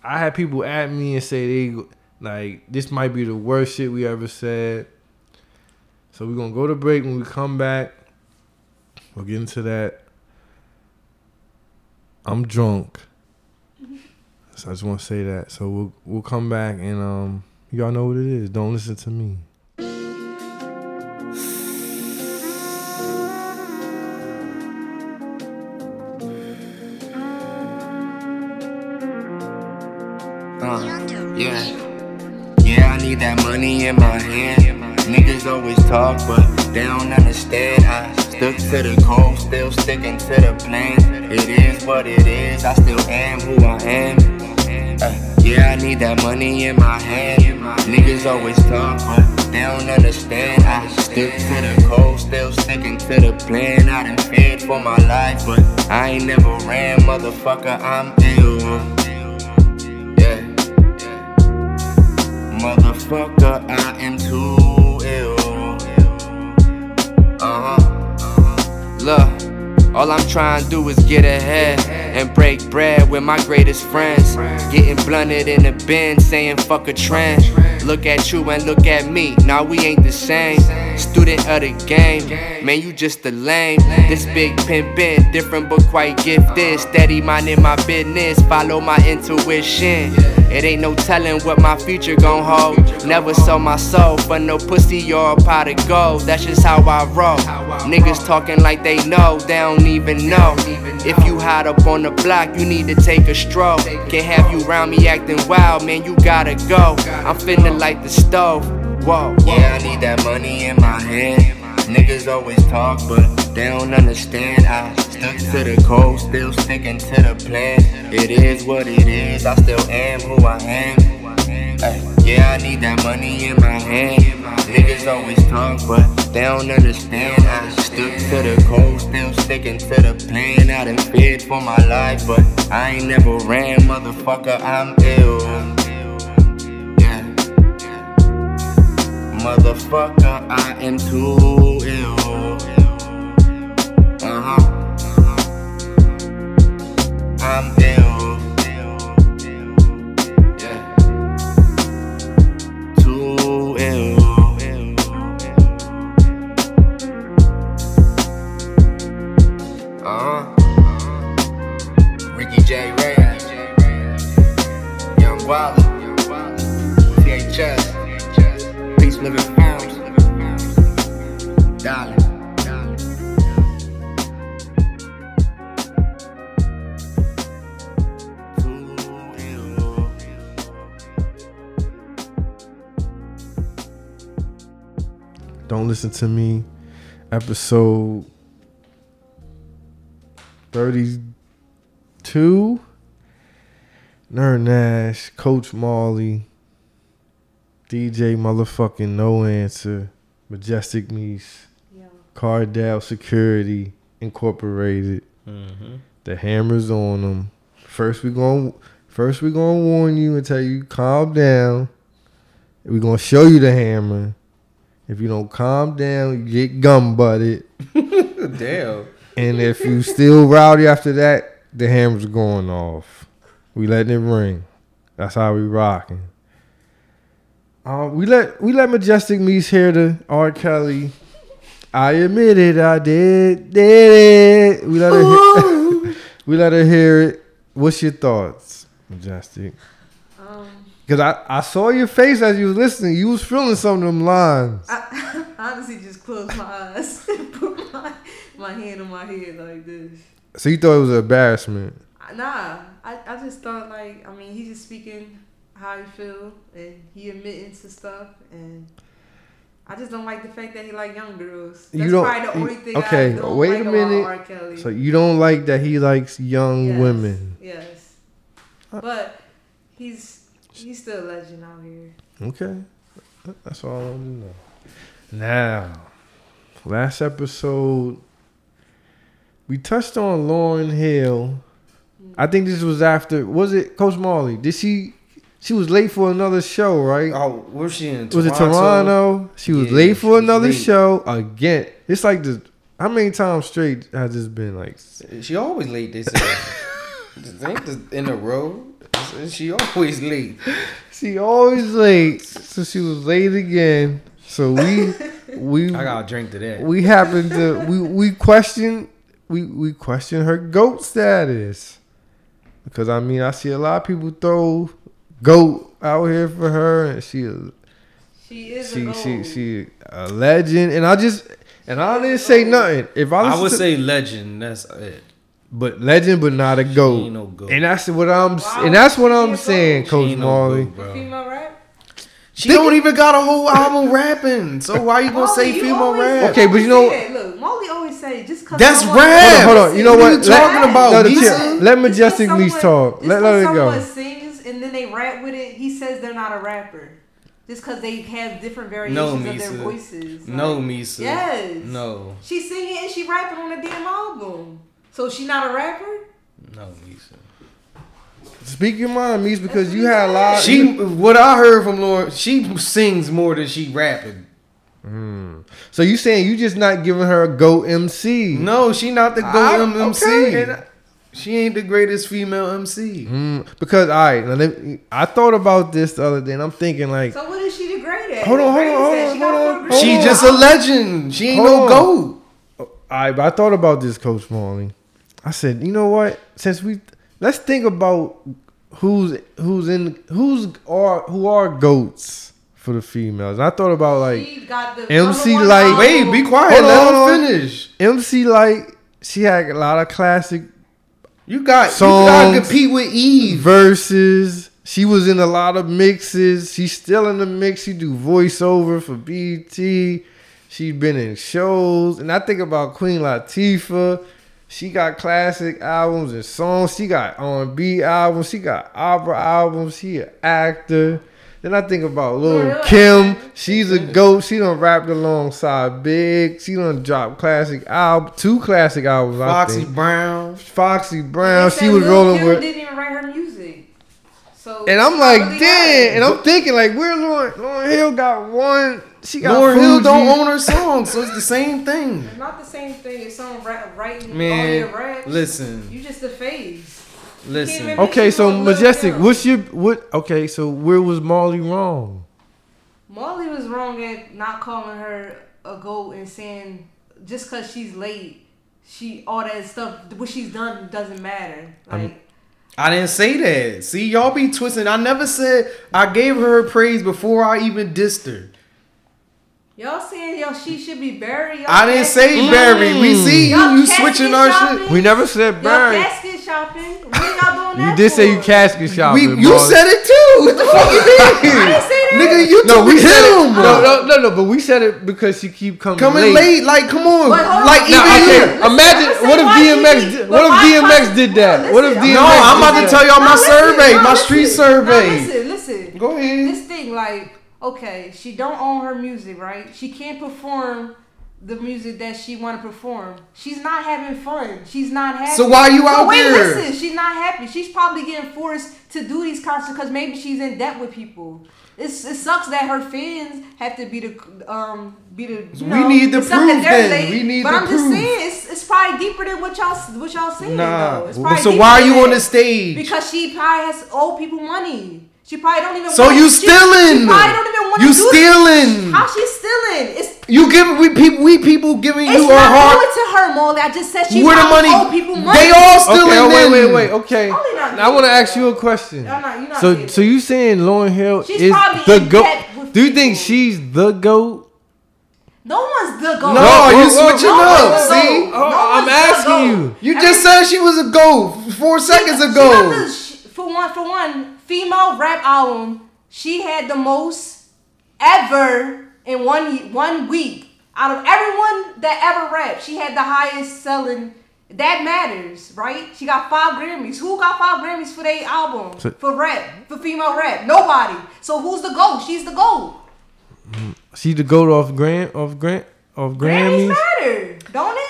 Speaker 1: I had people at me and say they like this might be the worst shit we ever said. So we're gonna go to break. When we come back, we'll get into that. I'm drunk. So I just wanna say that. So we'll we'll come back and um y'all know what it is. Don't listen to me.
Speaker 5: Uh, yeah. Yeah, I need that money in my hand. Niggas always talk, but they don't understand. I stuck to the code, still sticking to the plan. It is what it is, I still am who I am. Uh, yeah, I need need that money in my hand. Niggas always talk, but they don't understand. I stick to the code, still sticking to the plan. I done feared for my life, but I ain't never ran, motherfucker. I'm ill. Yeah. Motherfucker, I am too ill. Uh huh. Look. All I'm trying to do is get ahead and break bread with my greatest friends. Getting blunted in the bin, saying fuck a trend. Look at you and look at me, now we ain't the same. Student of the game, man, you just a lame. This big pin been different but quite gifted. Steady minding my business, follow my intuition. It ain't no telling what my future gon' hold. Never sold my soul for no pussy or a pot of gold. That's just how I roll. Niggas talking like they know, they don't even know. If you hide up on the block, you need to take a stroll. Can't have you round me acting wild, man, you gotta go. I'm finna light the stove. Whoa, yeah, I need that money in my hand. Niggas always talk, but they don't understand. I stuck to the code, still sticking to the plan. It is what it is, I still am who I am. Ay, yeah, I need that money in my hand. Niggas always talk, but they don't understand. I stuck to the code, still sticking to the plan. I done feared for my life, but I ain't never ran, motherfucker. I'm ill. Yeah. Motherfucker, I am too ill. Uh huh. I'm ill. Yeah. Too ill. Uh huh. Ricky J. Ray. Young Wally. THS. Peace Living Films. Dolly.
Speaker 1: Don't listen to me. Episode 32. Nerd Nash, Coach Marley, DJ motherfucking No Answer, Majestic Meese,
Speaker 3: Yo.
Speaker 1: Cardell Security Incorporated.
Speaker 2: Mm-hmm.
Speaker 1: The hammer's on them. First we going first we gonna warn you and tell you calm down. We're gonna show you the hammer. If you don't calm down, you get gum butted.
Speaker 2: Damn.
Speaker 1: And if you still rowdy after that, the hammer's going off. We letting it ring. That's how we rocking. Uh, we let we let Majestic Meese hear the R. Kelly. I admit it, I did did it. We let her hear, we let her hear it. What's your thoughts, Majestic?
Speaker 3: Um,
Speaker 1: Cause I, I saw your face as you was listening. You was feeling some of them lines.
Speaker 3: I, I honestly just closed my eyes and put my, my hand on my head like this.
Speaker 1: So you thought it was an embarrassment.
Speaker 3: Nah, I, I just thought like I mean he's just speaking how he feel and he admitting to stuff and I just don't like the fact that he like young girls.
Speaker 1: You
Speaker 3: That's
Speaker 1: don't-
Speaker 3: probably the only
Speaker 1: you-
Speaker 3: thing
Speaker 1: okay,
Speaker 3: I don't
Speaker 1: wait
Speaker 3: like
Speaker 1: a
Speaker 3: about
Speaker 1: minute.
Speaker 3: R. Kelly.
Speaker 1: So you don't like that he likes young
Speaker 3: Yes,
Speaker 1: women.
Speaker 3: Yes,
Speaker 1: Uh,
Speaker 3: but he's he's still a legend out here.
Speaker 1: Okay. That's all I want to know. Now, last episode, we touched on Lauren Hill. I think this was after, was it Coach Marley? Did she, she was late for another show, right?
Speaker 2: Oh, was she in?
Speaker 1: was it Toronto? She was
Speaker 2: Yeah,
Speaker 1: late for
Speaker 2: she was
Speaker 1: another
Speaker 2: late.
Speaker 1: show again. It's like the, how many times straight has this been? Like,
Speaker 2: She always late. They say. This ain't the- in a row. She always late.
Speaker 1: she always late. So she was late again. So we, we,
Speaker 2: I got a drink to that.
Speaker 1: we happened to we we question we we question her goat status because I mean I see a lot of people throw goat out here for her and she
Speaker 3: She is a
Speaker 1: she
Speaker 3: gold.
Speaker 1: she she a legend and I just and I didn't say nothing if I,
Speaker 2: I
Speaker 1: listen
Speaker 2: would
Speaker 1: to-
Speaker 2: say legend. That's it.
Speaker 1: but legend but not a
Speaker 2: ain't no
Speaker 1: goat
Speaker 2: goat.
Speaker 1: and that's what I'm
Speaker 3: Wow,
Speaker 1: and that's what
Speaker 3: she
Speaker 1: I'm
Speaker 3: is
Speaker 1: saying
Speaker 3: goat.
Speaker 2: She
Speaker 1: Coach
Speaker 2: ain't no
Speaker 1: Marley
Speaker 2: goat, bro.
Speaker 3: female rap.
Speaker 2: She don't even got a whole album rapping. So why you gonna say
Speaker 3: Molly, you
Speaker 2: female
Speaker 3: always-
Speaker 2: rap?
Speaker 1: Okay, but you know-
Speaker 3: always say that. look, Molly always say just cause
Speaker 2: That's
Speaker 3: someone-
Speaker 2: rap.
Speaker 1: hold on hold on you know
Speaker 2: What
Speaker 1: what
Speaker 2: are you
Speaker 1: Let-
Speaker 2: talking about,
Speaker 1: no, the
Speaker 2: Lisa?
Speaker 1: chill. let
Speaker 3: Just 'cause
Speaker 1: majestic Meese
Speaker 3: someone-
Speaker 1: talk
Speaker 3: just
Speaker 1: let
Speaker 3: 'cause
Speaker 1: let it go
Speaker 3: Someone sings and then they rap with it, he says they're not a rapper. Just because they have different variations
Speaker 2: No,
Speaker 3: of their
Speaker 2: Misa.
Speaker 3: voices.
Speaker 2: No,
Speaker 3: Like,
Speaker 2: Misa.
Speaker 3: Yes.
Speaker 2: No,
Speaker 3: She's singing and she rapping on a damn album. So she not a rapper?
Speaker 2: no, Misa.
Speaker 1: Speak your mind, Meese, because you had a lot.
Speaker 2: She, what I heard from Lauren, she sings more than she rapping.
Speaker 1: so you saying you just not giving her a go MC?
Speaker 2: No, she not the go
Speaker 1: I-
Speaker 2: MC.
Speaker 1: okay.
Speaker 2: And I- she ain't the greatest female MC.
Speaker 1: Mm, because all right, now let me- I thought about this the other day, and I'm thinking like,
Speaker 3: So what is she the great at?
Speaker 1: Hold on,
Speaker 3: The
Speaker 1: hold
Speaker 3: greatest
Speaker 1: on,
Speaker 3: at-
Speaker 1: hold
Speaker 3: she
Speaker 1: on,
Speaker 3: got
Speaker 1: hold
Speaker 3: four
Speaker 1: on.
Speaker 3: greats.
Speaker 2: She
Speaker 1: Hold
Speaker 2: just a legend. She ain't
Speaker 1: Hold on.
Speaker 2: no goat.
Speaker 1: I but I thought about this, Coach Marley. I said, you know what? Since we let's think about who's who's in who's are who are goats for the females. And I thought about like
Speaker 3: She got the
Speaker 1: MC
Speaker 3: number one
Speaker 1: Light.
Speaker 3: album.
Speaker 2: Wait, be quiet.
Speaker 1: Hold
Speaker 2: Let
Speaker 1: on, hold
Speaker 2: her
Speaker 1: on.
Speaker 2: finish.
Speaker 1: MC Light. She had a lot of classic
Speaker 2: You got you gotta
Speaker 1: Songs.
Speaker 2: compete with Eve.
Speaker 1: verses. She was in a lot of mixes. She's still in the mix. She do voiceover for BT. She's been in shows. And I think about Queen Latifah. She got classic albums and songs. She got R&B albums. She got opera albums. She an actor. Then I think about Lil
Speaker 3: Lil
Speaker 1: Kim. She's a goat. She done rapped alongside Big. She done dropped classic album, two classic albums. I
Speaker 2: Foxy
Speaker 1: think.
Speaker 2: Brown.
Speaker 1: Foxy Brown.
Speaker 3: They
Speaker 1: She
Speaker 3: said
Speaker 1: was
Speaker 3: Lil
Speaker 1: rolling
Speaker 3: Kim
Speaker 1: with.
Speaker 3: Didn't even write her music. So
Speaker 1: And I'm
Speaker 3: she
Speaker 1: like,
Speaker 3: really
Speaker 1: damn.
Speaker 3: got
Speaker 1: And I'm thinking, like, where Lauren, Lauren Hill got one? She got
Speaker 2: Lauren Hill
Speaker 1: Fuji.
Speaker 2: don't own her song, so it's the same thing.
Speaker 3: it. Not the same thing as someone ra- writing all
Speaker 2: Man,
Speaker 3: your raps.
Speaker 2: listen,
Speaker 3: You just a phase.
Speaker 2: listen.
Speaker 3: remember-
Speaker 1: Okay, so
Speaker 3: Lil
Speaker 1: majestic.
Speaker 3: Kim.
Speaker 1: What's your what? Okay, so where was Marley wrong?
Speaker 3: Molly was wrong at not calling her a goat and saying just because she's late, she all that stuff what she's done doesn't matter. Like
Speaker 2: I didn't say that. See, y'all be twisting. I never said I gave her her praise before I even dissed her.
Speaker 3: y'all saying y'all she should be buried. Y'all
Speaker 2: I didn't
Speaker 3: casket-
Speaker 2: say Barry. We
Speaker 1: Mm.
Speaker 2: see you.
Speaker 3: Y'all
Speaker 2: You
Speaker 3: casket
Speaker 2: switching our shit.
Speaker 3: shopping?
Speaker 1: We never said
Speaker 3: Y'all
Speaker 1: Barry.
Speaker 3: casket shopping. What are y'all doing that
Speaker 1: You did say you
Speaker 3: for?
Speaker 1: casket
Speaker 2: We,
Speaker 1: shopping.
Speaker 2: you
Speaker 1: Marley.
Speaker 2: said it too. What the fuck you mean?
Speaker 3: I didn't say that.
Speaker 2: Nigga, you
Speaker 1: No,
Speaker 2: took
Speaker 1: we
Speaker 2: it
Speaker 1: said
Speaker 2: to
Speaker 1: it.
Speaker 2: him.
Speaker 1: No, no, no, no. But we said it because she keep coming
Speaker 2: Coming late. like come on,
Speaker 3: But hold
Speaker 2: like
Speaker 3: on.
Speaker 2: even
Speaker 1: Now,
Speaker 3: Nah,
Speaker 1: okay.
Speaker 2: here.
Speaker 3: Listen,
Speaker 1: Imagine
Speaker 3: listen,
Speaker 1: what if
Speaker 3: why
Speaker 1: DMX?
Speaker 3: you
Speaker 1: Did,
Speaker 3: keep-
Speaker 1: what if
Speaker 3: why-
Speaker 1: DMX did
Speaker 3: why-
Speaker 1: that? What if
Speaker 3: listen,
Speaker 1: DMX?
Speaker 2: No, I'm about to
Speaker 1: did
Speaker 2: tell
Speaker 1: that?
Speaker 2: y'all my survey, my street survey.
Speaker 3: No, listen, listen.
Speaker 2: Go ahead.
Speaker 3: This thing, like, okay, she don't own her music, right? She can't perform the music that she want to perform. She's not having fun. She's not happy.
Speaker 2: So why you out
Speaker 3: wait,
Speaker 2: there?
Speaker 3: Listen, she's not happy. She's probably getting forced to do these concerts because maybe she's in debt with people. It's, it sucks that her fans have to be the um be the.
Speaker 2: We
Speaker 3: You know,
Speaker 2: need the
Speaker 3: it sucks that
Speaker 2: proof
Speaker 3: they're
Speaker 2: then. We need
Speaker 3: but
Speaker 2: the
Speaker 3: I'm just
Speaker 2: proof.
Speaker 3: saying it's, it's probably deeper than what y'all what y'all saying. though.
Speaker 2: Nah.
Speaker 3: It's probably
Speaker 2: So
Speaker 3: deeper
Speaker 2: why are
Speaker 3: than
Speaker 2: you
Speaker 3: that.
Speaker 2: on the stage?
Speaker 3: Because she probably has owe people money. She probably don't even.
Speaker 2: so
Speaker 3: want-
Speaker 2: you
Speaker 3: she-
Speaker 2: stealing?
Speaker 3: She probably don't even want
Speaker 2: you
Speaker 3: to do this.
Speaker 2: stealing?
Speaker 3: How she stealing? It's
Speaker 2: You giving we people we people giving
Speaker 3: it's
Speaker 2: you our
Speaker 3: not
Speaker 2: heart.
Speaker 3: going to her, Molly. I just said she
Speaker 2: Where the
Speaker 3: probably
Speaker 2: money?
Speaker 3: owe people money.
Speaker 2: They all stealing.
Speaker 1: Okay, oh, wait, wait,
Speaker 2: then.
Speaker 1: wait. Okay,
Speaker 3: Probably not
Speaker 1: Now I want to
Speaker 3: doing
Speaker 1: ask
Speaker 3: that.
Speaker 1: you a question.
Speaker 3: No, no, you're not
Speaker 1: so,
Speaker 3: doing
Speaker 1: so
Speaker 3: that.
Speaker 1: you saying Lauren Hill
Speaker 3: She's
Speaker 1: is
Speaker 3: probably
Speaker 1: the
Speaker 3: in debt
Speaker 1: goat?
Speaker 3: with
Speaker 1: Do you think
Speaker 3: people.
Speaker 1: she's the goat?
Speaker 3: No one's the goal.
Speaker 2: No,
Speaker 1: Whoa,
Speaker 2: you
Speaker 1: whoa,
Speaker 2: switching
Speaker 1: whoa,
Speaker 2: up.
Speaker 1: whoa,
Speaker 2: see,
Speaker 1: whoa. Oh, I'm
Speaker 3: one's
Speaker 1: asking
Speaker 3: the
Speaker 1: you.
Speaker 3: goat.
Speaker 2: you
Speaker 3: Every-
Speaker 2: just said she was a goat four seconds
Speaker 3: she
Speaker 2: ago.
Speaker 3: got the- she- for one, for one, female rap album. She had the most ever in one ye- one week out of everyone that ever rapped. She had the highest selling. That matters, right? She got five Grammys. Who got five Grammys for their album
Speaker 1: So-
Speaker 3: for rap for female rap? Nobody. So who's the goat? She's the goat.
Speaker 1: She the goat off Gram off Grant off Grammys.
Speaker 3: Grammys matter, don't it?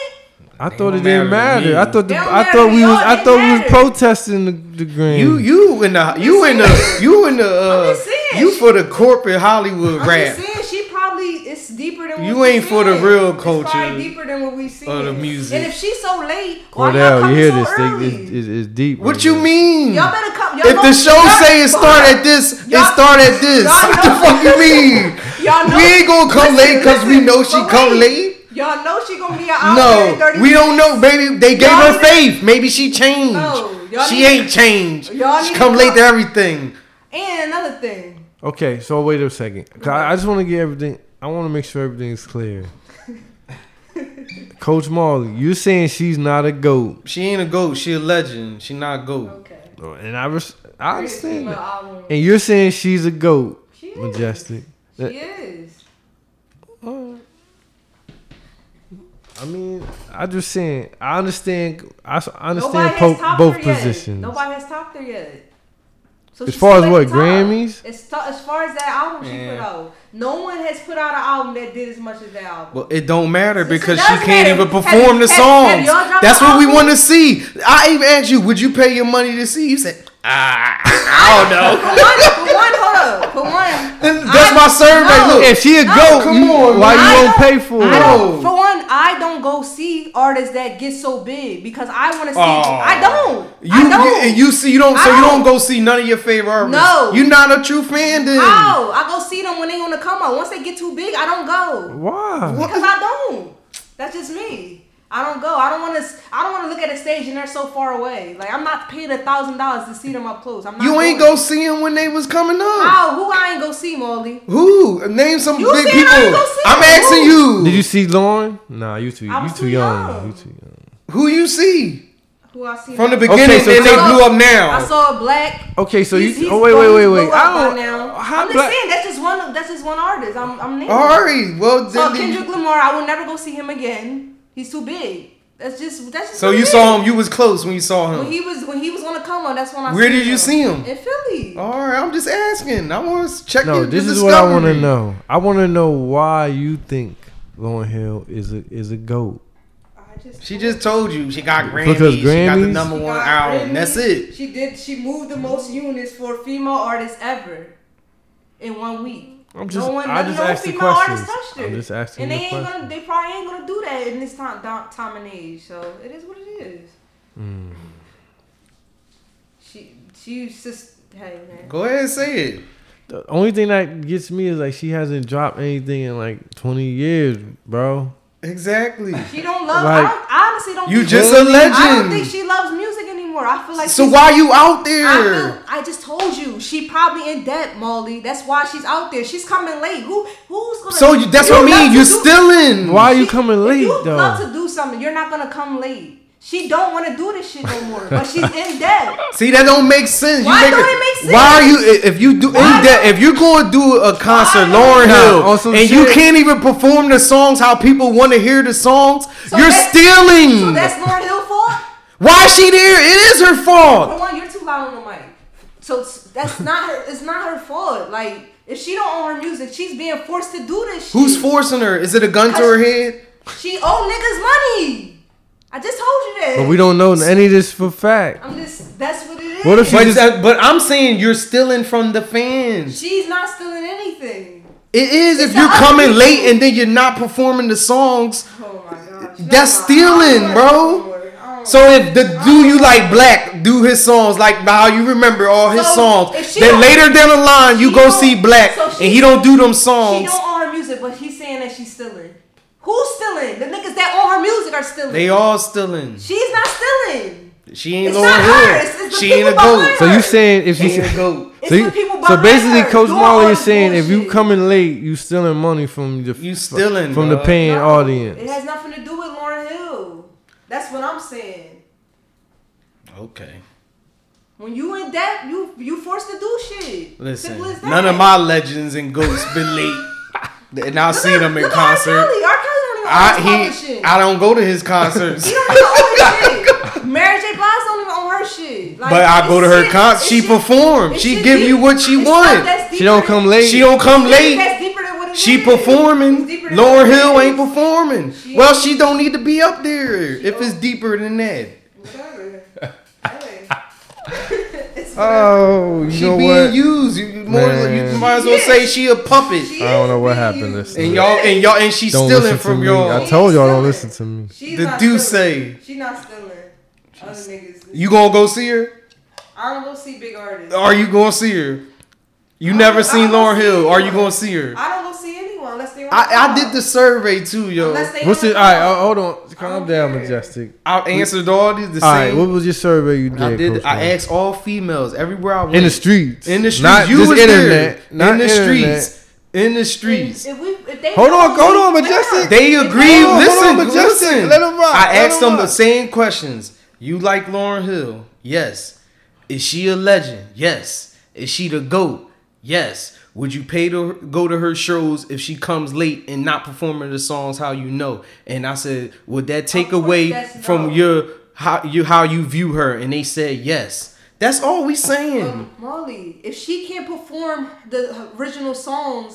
Speaker 1: I
Speaker 2: They
Speaker 1: thought it
Speaker 2: don't
Speaker 1: didn't
Speaker 2: matter to
Speaker 1: matter.
Speaker 2: me.
Speaker 1: I thought the,
Speaker 3: They don't
Speaker 1: I
Speaker 3: matter
Speaker 1: thought we
Speaker 3: to
Speaker 1: was
Speaker 3: y'all.
Speaker 1: I
Speaker 3: It
Speaker 1: thought we was
Speaker 3: matters.
Speaker 1: protesting the, the Grammys.
Speaker 2: You you in the you in the you in the uh,
Speaker 3: just saying.
Speaker 2: you for the corporate Hollywood
Speaker 3: I'm
Speaker 2: rap
Speaker 3: just saying she probably it's deeper than what
Speaker 2: You
Speaker 3: we
Speaker 2: ain't for the
Speaker 3: said.
Speaker 2: real
Speaker 3: It's
Speaker 2: culture
Speaker 3: probably deeper than what we see.
Speaker 2: the music.
Speaker 3: And if she's so late, why y'all
Speaker 1: Cordell,
Speaker 3: coming
Speaker 1: you hear
Speaker 3: so
Speaker 1: this? Thing,
Speaker 3: early?
Speaker 1: it's, it's, it's deep.
Speaker 2: What
Speaker 1: right
Speaker 2: you
Speaker 1: now.
Speaker 2: mean?
Speaker 3: y'all better come. Y'all
Speaker 2: if the
Speaker 3: know-
Speaker 2: show
Speaker 3: y'all-
Speaker 2: say it start at this, it
Speaker 3: Y'all-
Speaker 2: start at this.
Speaker 3: y'all
Speaker 2: What the
Speaker 3: know-
Speaker 2: fuck you mean?
Speaker 3: Y'all know,
Speaker 2: we ain't gonna come
Speaker 3: Listen,
Speaker 2: late because we
Speaker 3: listen,
Speaker 2: know she
Speaker 3: but
Speaker 2: come
Speaker 3: wait.
Speaker 2: late.
Speaker 3: Y'all know she gonna be an hour and
Speaker 2: No,
Speaker 3: 30
Speaker 2: we don't know, baby. They gave
Speaker 3: Y'all
Speaker 2: her
Speaker 3: need-
Speaker 2: faith. Maybe she changed.
Speaker 3: No, y'all
Speaker 2: she
Speaker 3: need-
Speaker 2: ain't changed.
Speaker 3: Y'all
Speaker 2: She
Speaker 3: need
Speaker 2: come
Speaker 3: to
Speaker 2: late to
Speaker 3: know.
Speaker 2: everything.
Speaker 3: And another thing,
Speaker 1: Okay, so wait a second. 'Cause I, I just want to get everything. I want to make sure everything's clear. Coach Marley, you're saying she's not a goat,
Speaker 2: She ain't a goat. She a legend. She not a goat.
Speaker 3: okay,
Speaker 1: and I res- I understand
Speaker 3: Female
Speaker 1: that.
Speaker 3: album.
Speaker 1: And you're saying she's a goat,
Speaker 3: She is.
Speaker 1: majestic.
Speaker 3: She is.
Speaker 1: I mean, I just saying. I understand. I s- I
Speaker 3: Nobody
Speaker 1: understand
Speaker 3: has
Speaker 1: po-
Speaker 3: topped
Speaker 1: both
Speaker 3: her yet.
Speaker 1: positions.
Speaker 3: Nobody has topped her yet. So
Speaker 1: As
Speaker 3: she's
Speaker 1: far as
Speaker 3: still
Speaker 1: what,
Speaker 3: at the top.
Speaker 1: Grammys?
Speaker 3: As, to- as far as that album she put
Speaker 2: Yeah.
Speaker 3: out, no one has put out an album that did as much as that album.
Speaker 2: Well, it don't matter
Speaker 3: So- so
Speaker 2: because
Speaker 3: does
Speaker 2: she
Speaker 3: it
Speaker 2: can't
Speaker 3: matter?
Speaker 2: even
Speaker 3: Have-
Speaker 2: perform the
Speaker 3: have- have
Speaker 2: songs.
Speaker 3: y'all dropped
Speaker 2: That's
Speaker 3: an
Speaker 2: what we
Speaker 3: album?
Speaker 2: want to see. I even asked you, would you pay your money to see? You said, ah, I don't know.
Speaker 3: For one, for one, hold up. For one,
Speaker 2: That's
Speaker 3: I-
Speaker 2: my survey.
Speaker 3: no.
Speaker 2: Look,
Speaker 1: If she a
Speaker 3: No,
Speaker 1: goat,
Speaker 2: come
Speaker 1: you-
Speaker 2: on,
Speaker 1: why
Speaker 3: I
Speaker 1: you won't
Speaker 3: don't-
Speaker 1: pay for
Speaker 3: I
Speaker 1: it?
Speaker 3: don't, for one, I don't go see artists that get so big because I want to see.
Speaker 2: Oh.
Speaker 3: I don't.
Speaker 2: You,
Speaker 3: I
Speaker 2: you
Speaker 3: don't.
Speaker 2: and you see you don't so
Speaker 3: I
Speaker 2: you don't
Speaker 3: don't.
Speaker 2: go see none of your favorite artists.
Speaker 3: No.
Speaker 2: you're not a true fan. Then
Speaker 3: Oh, I go see them when they on the come up. Once they get too big, I don't go
Speaker 1: Why?
Speaker 3: because I don't. That's just me. I don't go. I don't want to. I don't want to look at a stage and they're so far away. Like I'm not paying a thousand dollars to see them up close. I'm not.
Speaker 2: you ain't
Speaker 3: going.
Speaker 2: go see them when they was coming up.
Speaker 3: How? Who I ain't go see, Molly?
Speaker 2: Who name some
Speaker 3: You
Speaker 2: big
Speaker 3: said I
Speaker 2: people?
Speaker 3: ain't go see
Speaker 2: I'm
Speaker 3: 'em.
Speaker 2: asking you.
Speaker 1: Did you see Lauren? Nah, you too.
Speaker 3: I
Speaker 1: You
Speaker 3: was
Speaker 1: too
Speaker 3: too
Speaker 1: young.
Speaker 3: young.
Speaker 1: You too young.
Speaker 2: Who you see
Speaker 3: Who I see
Speaker 2: from the
Speaker 3: now?
Speaker 2: beginning?
Speaker 1: Okay, so
Speaker 2: then they
Speaker 1: tell-
Speaker 2: blew up
Speaker 3: I
Speaker 2: now.
Speaker 3: saw a black.
Speaker 1: Okay, so
Speaker 3: he's,
Speaker 1: you.
Speaker 3: he's
Speaker 1: Oh wait, wait,
Speaker 3: going-
Speaker 1: wait,
Speaker 3: he's
Speaker 1: wait.
Speaker 3: blew up
Speaker 1: I
Speaker 3: by now.
Speaker 1: don't. How
Speaker 3: I'm
Speaker 1: black?
Speaker 3: just saying that's just one. That's just one artist. I'm. I'm naming.
Speaker 2: Alright, well
Speaker 3: So
Speaker 2: then.
Speaker 3: Kendrick Lamar, I will never go see him again. He's too big. That's just. That's just.
Speaker 2: so
Speaker 3: what
Speaker 2: you
Speaker 3: it
Speaker 2: saw
Speaker 3: is.
Speaker 2: him. You was close when you saw
Speaker 3: when
Speaker 2: him.
Speaker 3: he was when he was on the come up. That's when I.
Speaker 2: Where did you see him? Oh,
Speaker 3: In Philly.
Speaker 2: Alright, I'm just asking. I want to check.
Speaker 1: No,
Speaker 2: your,
Speaker 1: this
Speaker 2: your
Speaker 1: is what I want to
Speaker 2: discovery.
Speaker 1: know. I want to know why you think Lauren Hill is a is a goat.
Speaker 3: I just.
Speaker 2: She just told you she got Grammys.
Speaker 1: Because
Speaker 2: she got the
Speaker 1: Grammys-
Speaker 2: number
Speaker 3: She
Speaker 2: one
Speaker 3: got
Speaker 2: album.
Speaker 3: Grammys.
Speaker 2: That's it.
Speaker 3: She did. She moved the most units for a female artist ever in one week.
Speaker 1: I'm just.
Speaker 3: no one,
Speaker 1: I
Speaker 3: no-
Speaker 1: just
Speaker 3: no
Speaker 1: asked the
Speaker 3: female artist
Speaker 1: questions.
Speaker 3: touched her.
Speaker 1: I'm just asking
Speaker 3: and
Speaker 1: the
Speaker 3: they ain't gonna.
Speaker 1: questions.
Speaker 3: They probably ain't gonna do that in this time down- time and age. So it is what it is.
Speaker 1: Hmm.
Speaker 3: She she's just hey man.
Speaker 2: Go ahead and say it.
Speaker 1: The only thing that gets me is like she hasn't dropped anything in like 20 years, bro.
Speaker 2: Exactly.
Speaker 3: She don't love.
Speaker 1: Like,
Speaker 3: I, don't, I honestly don't.
Speaker 2: You
Speaker 3: think-
Speaker 2: just a
Speaker 3: I don't
Speaker 2: legend.
Speaker 3: think she loves music anymore. I feel like
Speaker 2: so
Speaker 3: she's-
Speaker 2: why you out
Speaker 3: I,
Speaker 2: there?
Speaker 3: feel, I just told you she probably in debt, Molly. That's why she's out there. She's coming late. Who who's gonna?
Speaker 2: So you, that's
Speaker 3: you
Speaker 2: what I
Speaker 3: love
Speaker 2: mean.
Speaker 3: to
Speaker 2: You're
Speaker 3: do-
Speaker 2: stealing.
Speaker 1: Why
Speaker 3: She-
Speaker 1: you coming
Speaker 3: Mm. if
Speaker 1: late
Speaker 3: you
Speaker 1: though?
Speaker 3: love to do something. You're not gonna come late. She don't want to do this shit no more. But she's in debt.
Speaker 2: See, that don't make sense. You
Speaker 3: Why
Speaker 2: make
Speaker 3: don't
Speaker 2: a-
Speaker 3: it make sense?
Speaker 2: Why are you i- if you do
Speaker 3: Why
Speaker 2: in that if you're going to do a concert,
Speaker 3: Why?
Speaker 2: Lauren
Speaker 1: Nah,
Speaker 2: Hill,
Speaker 1: on
Speaker 2: and
Speaker 1: some
Speaker 2: you
Speaker 1: shit.
Speaker 2: can't even perform the songs how people want to hear the songs,
Speaker 3: So
Speaker 2: you're
Speaker 3: that's-
Speaker 2: stealing.
Speaker 3: So that's Lauren Hill fault.
Speaker 2: Why is she there? It is her
Speaker 3: For
Speaker 2: fault.
Speaker 3: one, you're too loud on the mic. So s- that's not her. It's not her fault. Like if she don't own her music, she's being forced to do this. Shit.
Speaker 2: Who's forcing her? Is it a gun to her head?
Speaker 3: She owe niggas money. I just told you that.
Speaker 1: But we don't know any of this for fact.
Speaker 3: I'm just. That's what it is.
Speaker 1: What if she
Speaker 2: But,
Speaker 1: just-
Speaker 2: that- but I'm saying you're stealing from the fans.
Speaker 3: She's not stealing anything.
Speaker 2: It is
Speaker 3: It's
Speaker 2: if you're
Speaker 3: the other
Speaker 2: coming
Speaker 3: people.
Speaker 2: late and then you're not performing the songs.
Speaker 3: Oh my gosh.
Speaker 2: That's
Speaker 3: Never mind. I
Speaker 2: stealing,
Speaker 3: don't
Speaker 2: bro.
Speaker 3: wanna do it. I don't
Speaker 2: So
Speaker 3: wanna
Speaker 2: if the do you like black do his songs like how you remember all his
Speaker 3: So, if
Speaker 2: songs,
Speaker 3: she
Speaker 2: then
Speaker 3: don't-
Speaker 2: later down the line you
Speaker 3: she
Speaker 2: go
Speaker 3: don't-
Speaker 2: see black
Speaker 3: so she-
Speaker 2: and he don't do them
Speaker 3: She
Speaker 2: songs.
Speaker 3: don't own her music, but he's saying that she's stealing. Who's stealing? The niggas that own her music are stealing.
Speaker 2: They all stealing.
Speaker 3: She's not stealing.
Speaker 2: She ain't
Speaker 3: It's
Speaker 2: Lauren
Speaker 3: not
Speaker 2: Hill.
Speaker 3: her. It's- it's the
Speaker 2: she ain't a
Speaker 3: people
Speaker 2: goat.
Speaker 3: behind
Speaker 1: So
Speaker 3: her.
Speaker 1: you saying if
Speaker 2: She
Speaker 1: she
Speaker 2: ain't a goat.
Speaker 3: It's
Speaker 1: so,
Speaker 3: the
Speaker 1: you,
Speaker 3: people
Speaker 1: so
Speaker 3: behind
Speaker 1: basically
Speaker 3: her
Speaker 1: Coach
Speaker 3: doing all
Speaker 1: Molly is
Speaker 3: this
Speaker 1: saying if you
Speaker 3: bullshit.
Speaker 1: coming late, you stealing money from the
Speaker 2: You stealing,
Speaker 1: from the
Speaker 2: bruh.
Speaker 1: paying
Speaker 3: No,
Speaker 1: audience.
Speaker 3: It has nothing to do with Lauren Hill. That's what I'm saying.
Speaker 2: Okay.
Speaker 3: When you in debt, you you forced to do shit.
Speaker 2: Listen,
Speaker 3: Simple as that.
Speaker 2: none of my legends and goats been late, and I'll
Speaker 3: Look
Speaker 2: see
Speaker 3: at-
Speaker 2: them in
Speaker 3: look at R.
Speaker 2: concert.
Speaker 3: Kelly. R. Kelly don't even
Speaker 2: I
Speaker 3: own his
Speaker 2: he
Speaker 3: shit.
Speaker 2: I don't go to his concerts.
Speaker 3: He don't even own his shit. Mary J. Blige don't even own her shit. Like,
Speaker 2: But I go to
Speaker 3: it's
Speaker 2: her
Speaker 3: shit-
Speaker 2: concert.
Speaker 3: it's
Speaker 2: She
Speaker 3: shit-
Speaker 2: performed.
Speaker 3: it's
Speaker 2: She
Speaker 3: shit
Speaker 2: give
Speaker 3: deep-
Speaker 2: you what she
Speaker 3: it's
Speaker 2: want.
Speaker 3: stuff that's
Speaker 1: She don't
Speaker 3: deeper than-
Speaker 1: come late.
Speaker 2: She don't come
Speaker 3: it's
Speaker 2: late.
Speaker 3: That's deeper than what it
Speaker 2: She
Speaker 3: is. It's deeper
Speaker 2: performing.
Speaker 3: than
Speaker 2: Lauren
Speaker 3: what it
Speaker 2: Hill
Speaker 3: is.
Speaker 2: ain't performing.
Speaker 3: She-
Speaker 2: well, she don't need to be up there if it's deeper than that.
Speaker 3: Whatever. Hey. It's
Speaker 2: Uh,
Speaker 3: whatever.
Speaker 1: oh, you
Speaker 2: She
Speaker 1: know
Speaker 2: being
Speaker 1: what?
Speaker 2: used. You, you more,
Speaker 1: Man.
Speaker 2: you might as well
Speaker 3: She
Speaker 2: say
Speaker 3: is.
Speaker 2: she a puppet.
Speaker 3: She
Speaker 1: I don't know
Speaker 3: is
Speaker 1: what
Speaker 3: being
Speaker 1: happened.
Speaker 3: used.
Speaker 1: Listen.
Speaker 2: and y'all and y'all and she's
Speaker 1: don't
Speaker 2: stealing
Speaker 1: listen to
Speaker 2: from
Speaker 1: me. I
Speaker 2: y'all.
Speaker 3: t-
Speaker 1: told y'all
Speaker 3: She's
Speaker 1: don't
Speaker 3: stealing.
Speaker 1: listen to me.
Speaker 3: She's
Speaker 2: The
Speaker 3: not
Speaker 2: do
Speaker 3: stealing.
Speaker 2: say.
Speaker 3: She not stealing. Other niggas.
Speaker 2: You gonna go see her?
Speaker 3: I don't go see big artists.
Speaker 2: Are you gonna see her? You
Speaker 3: I
Speaker 2: never
Speaker 3: don't- I
Speaker 2: seen
Speaker 3: don't
Speaker 2: Lauren
Speaker 3: see
Speaker 2: Hill. Are you
Speaker 3: anyone.
Speaker 2: gonna see her?
Speaker 3: I don't go see anyone unless they. on
Speaker 2: I, I
Speaker 3: the
Speaker 2: did the survey too, yo.
Speaker 3: Unless they
Speaker 1: What's
Speaker 3: on
Speaker 1: it?
Speaker 3: the
Speaker 1: All right,
Speaker 3: call.
Speaker 1: uh, hold on. Calm
Speaker 3: don't
Speaker 1: down,
Speaker 3: care.
Speaker 1: majestic.
Speaker 2: I answered all these the
Speaker 1: All right,
Speaker 2: same.
Speaker 1: what was your survey you did?
Speaker 2: I did.
Speaker 1: Coach
Speaker 2: I
Speaker 1: Molly?
Speaker 2: asked all females everywhere I went
Speaker 1: in the streets,
Speaker 2: In the streets,
Speaker 1: not
Speaker 2: you
Speaker 1: just
Speaker 2: was
Speaker 1: internet,
Speaker 2: there.
Speaker 1: not
Speaker 2: in the
Speaker 1: internet.
Speaker 2: streets. In the streets.
Speaker 3: If we, if they
Speaker 1: Hold on,
Speaker 3: know
Speaker 1: hold on,
Speaker 3: we-
Speaker 1: Majestic.
Speaker 2: They
Speaker 3: If
Speaker 2: agreed.
Speaker 1: Hold on,
Speaker 2: listen,
Speaker 1: hold on, Majestic.
Speaker 2: listen.
Speaker 1: Let 'em rock,
Speaker 2: I
Speaker 1: let
Speaker 2: asked
Speaker 1: 'em
Speaker 2: them the
Speaker 1: rock.
Speaker 2: same questions. You like Lauren Hill? Yes. Is she a legend? Yes. Is she the goat? Yes. Would you pay to go to her shows if she comes late and not performing the songs how you know? And I said, would that take
Speaker 3: course,
Speaker 2: away
Speaker 3: that's
Speaker 2: from
Speaker 3: no.
Speaker 2: your how you how you view her? And they said yes. That's all we
Speaker 1: Um,
Speaker 2: saying.
Speaker 3: But Molly, if she can't perform the original songs,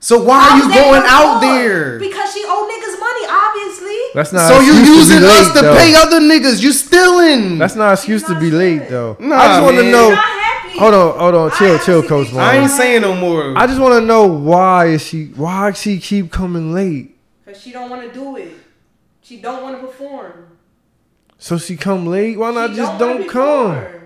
Speaker 2: So why are
Speaker 3: how's
Speaker 2: you
Speaker 3: that
Speaker 2: going
Speaker 3: her
Speaker 2: out
Speaker 3: fault?
Speaker 2: there?
Speaker 3: Because she owe niggas money, obviously.
Speaker 1: That's not.
Speaker 2: so
Speaker 1: an
Speaker 2: you
Speaker 1: excuse be
Speaker 2: using us
Speaker 1: late,
Speaker 2: to
Speaker 1: though.
Speaker 2: pay other niggas? You stealing?
Speaker 1: That's not an excuse to
Speaker 3: not
Speaker 1: be
Speaker 3: doing
Speaker 1: late
Speaker 3: it.
Speaker 1: though.
Speaker 2: Nah,
Speaker 1: I just want to
Speaker 2: man.
Speaker 3: She's
Speaker 1: know.
Speaker 3: not happy.
Speaker 1: Hold on, hold on,
Speaker 3: I
Speaker 1: chill,
Speaker 3: honestly
Speaker 1: chill,
Speaker 3: think
Speaker 1: Coach
Speaker 3: she's
Speaker 1: Vaughn.
Speaker 2: I ain't saying no more.
Speaker 1: I just want to know why is she? Why she keep coming late?
Speaker 3: Cause she don't want to do it. She don't want to perform.
Speaker 1: So she come late. Why not
Speaker 3: She
Speaker 1: just
Speaker 3: wanna
Speaker 1: don't come?
Speaker 3: perform.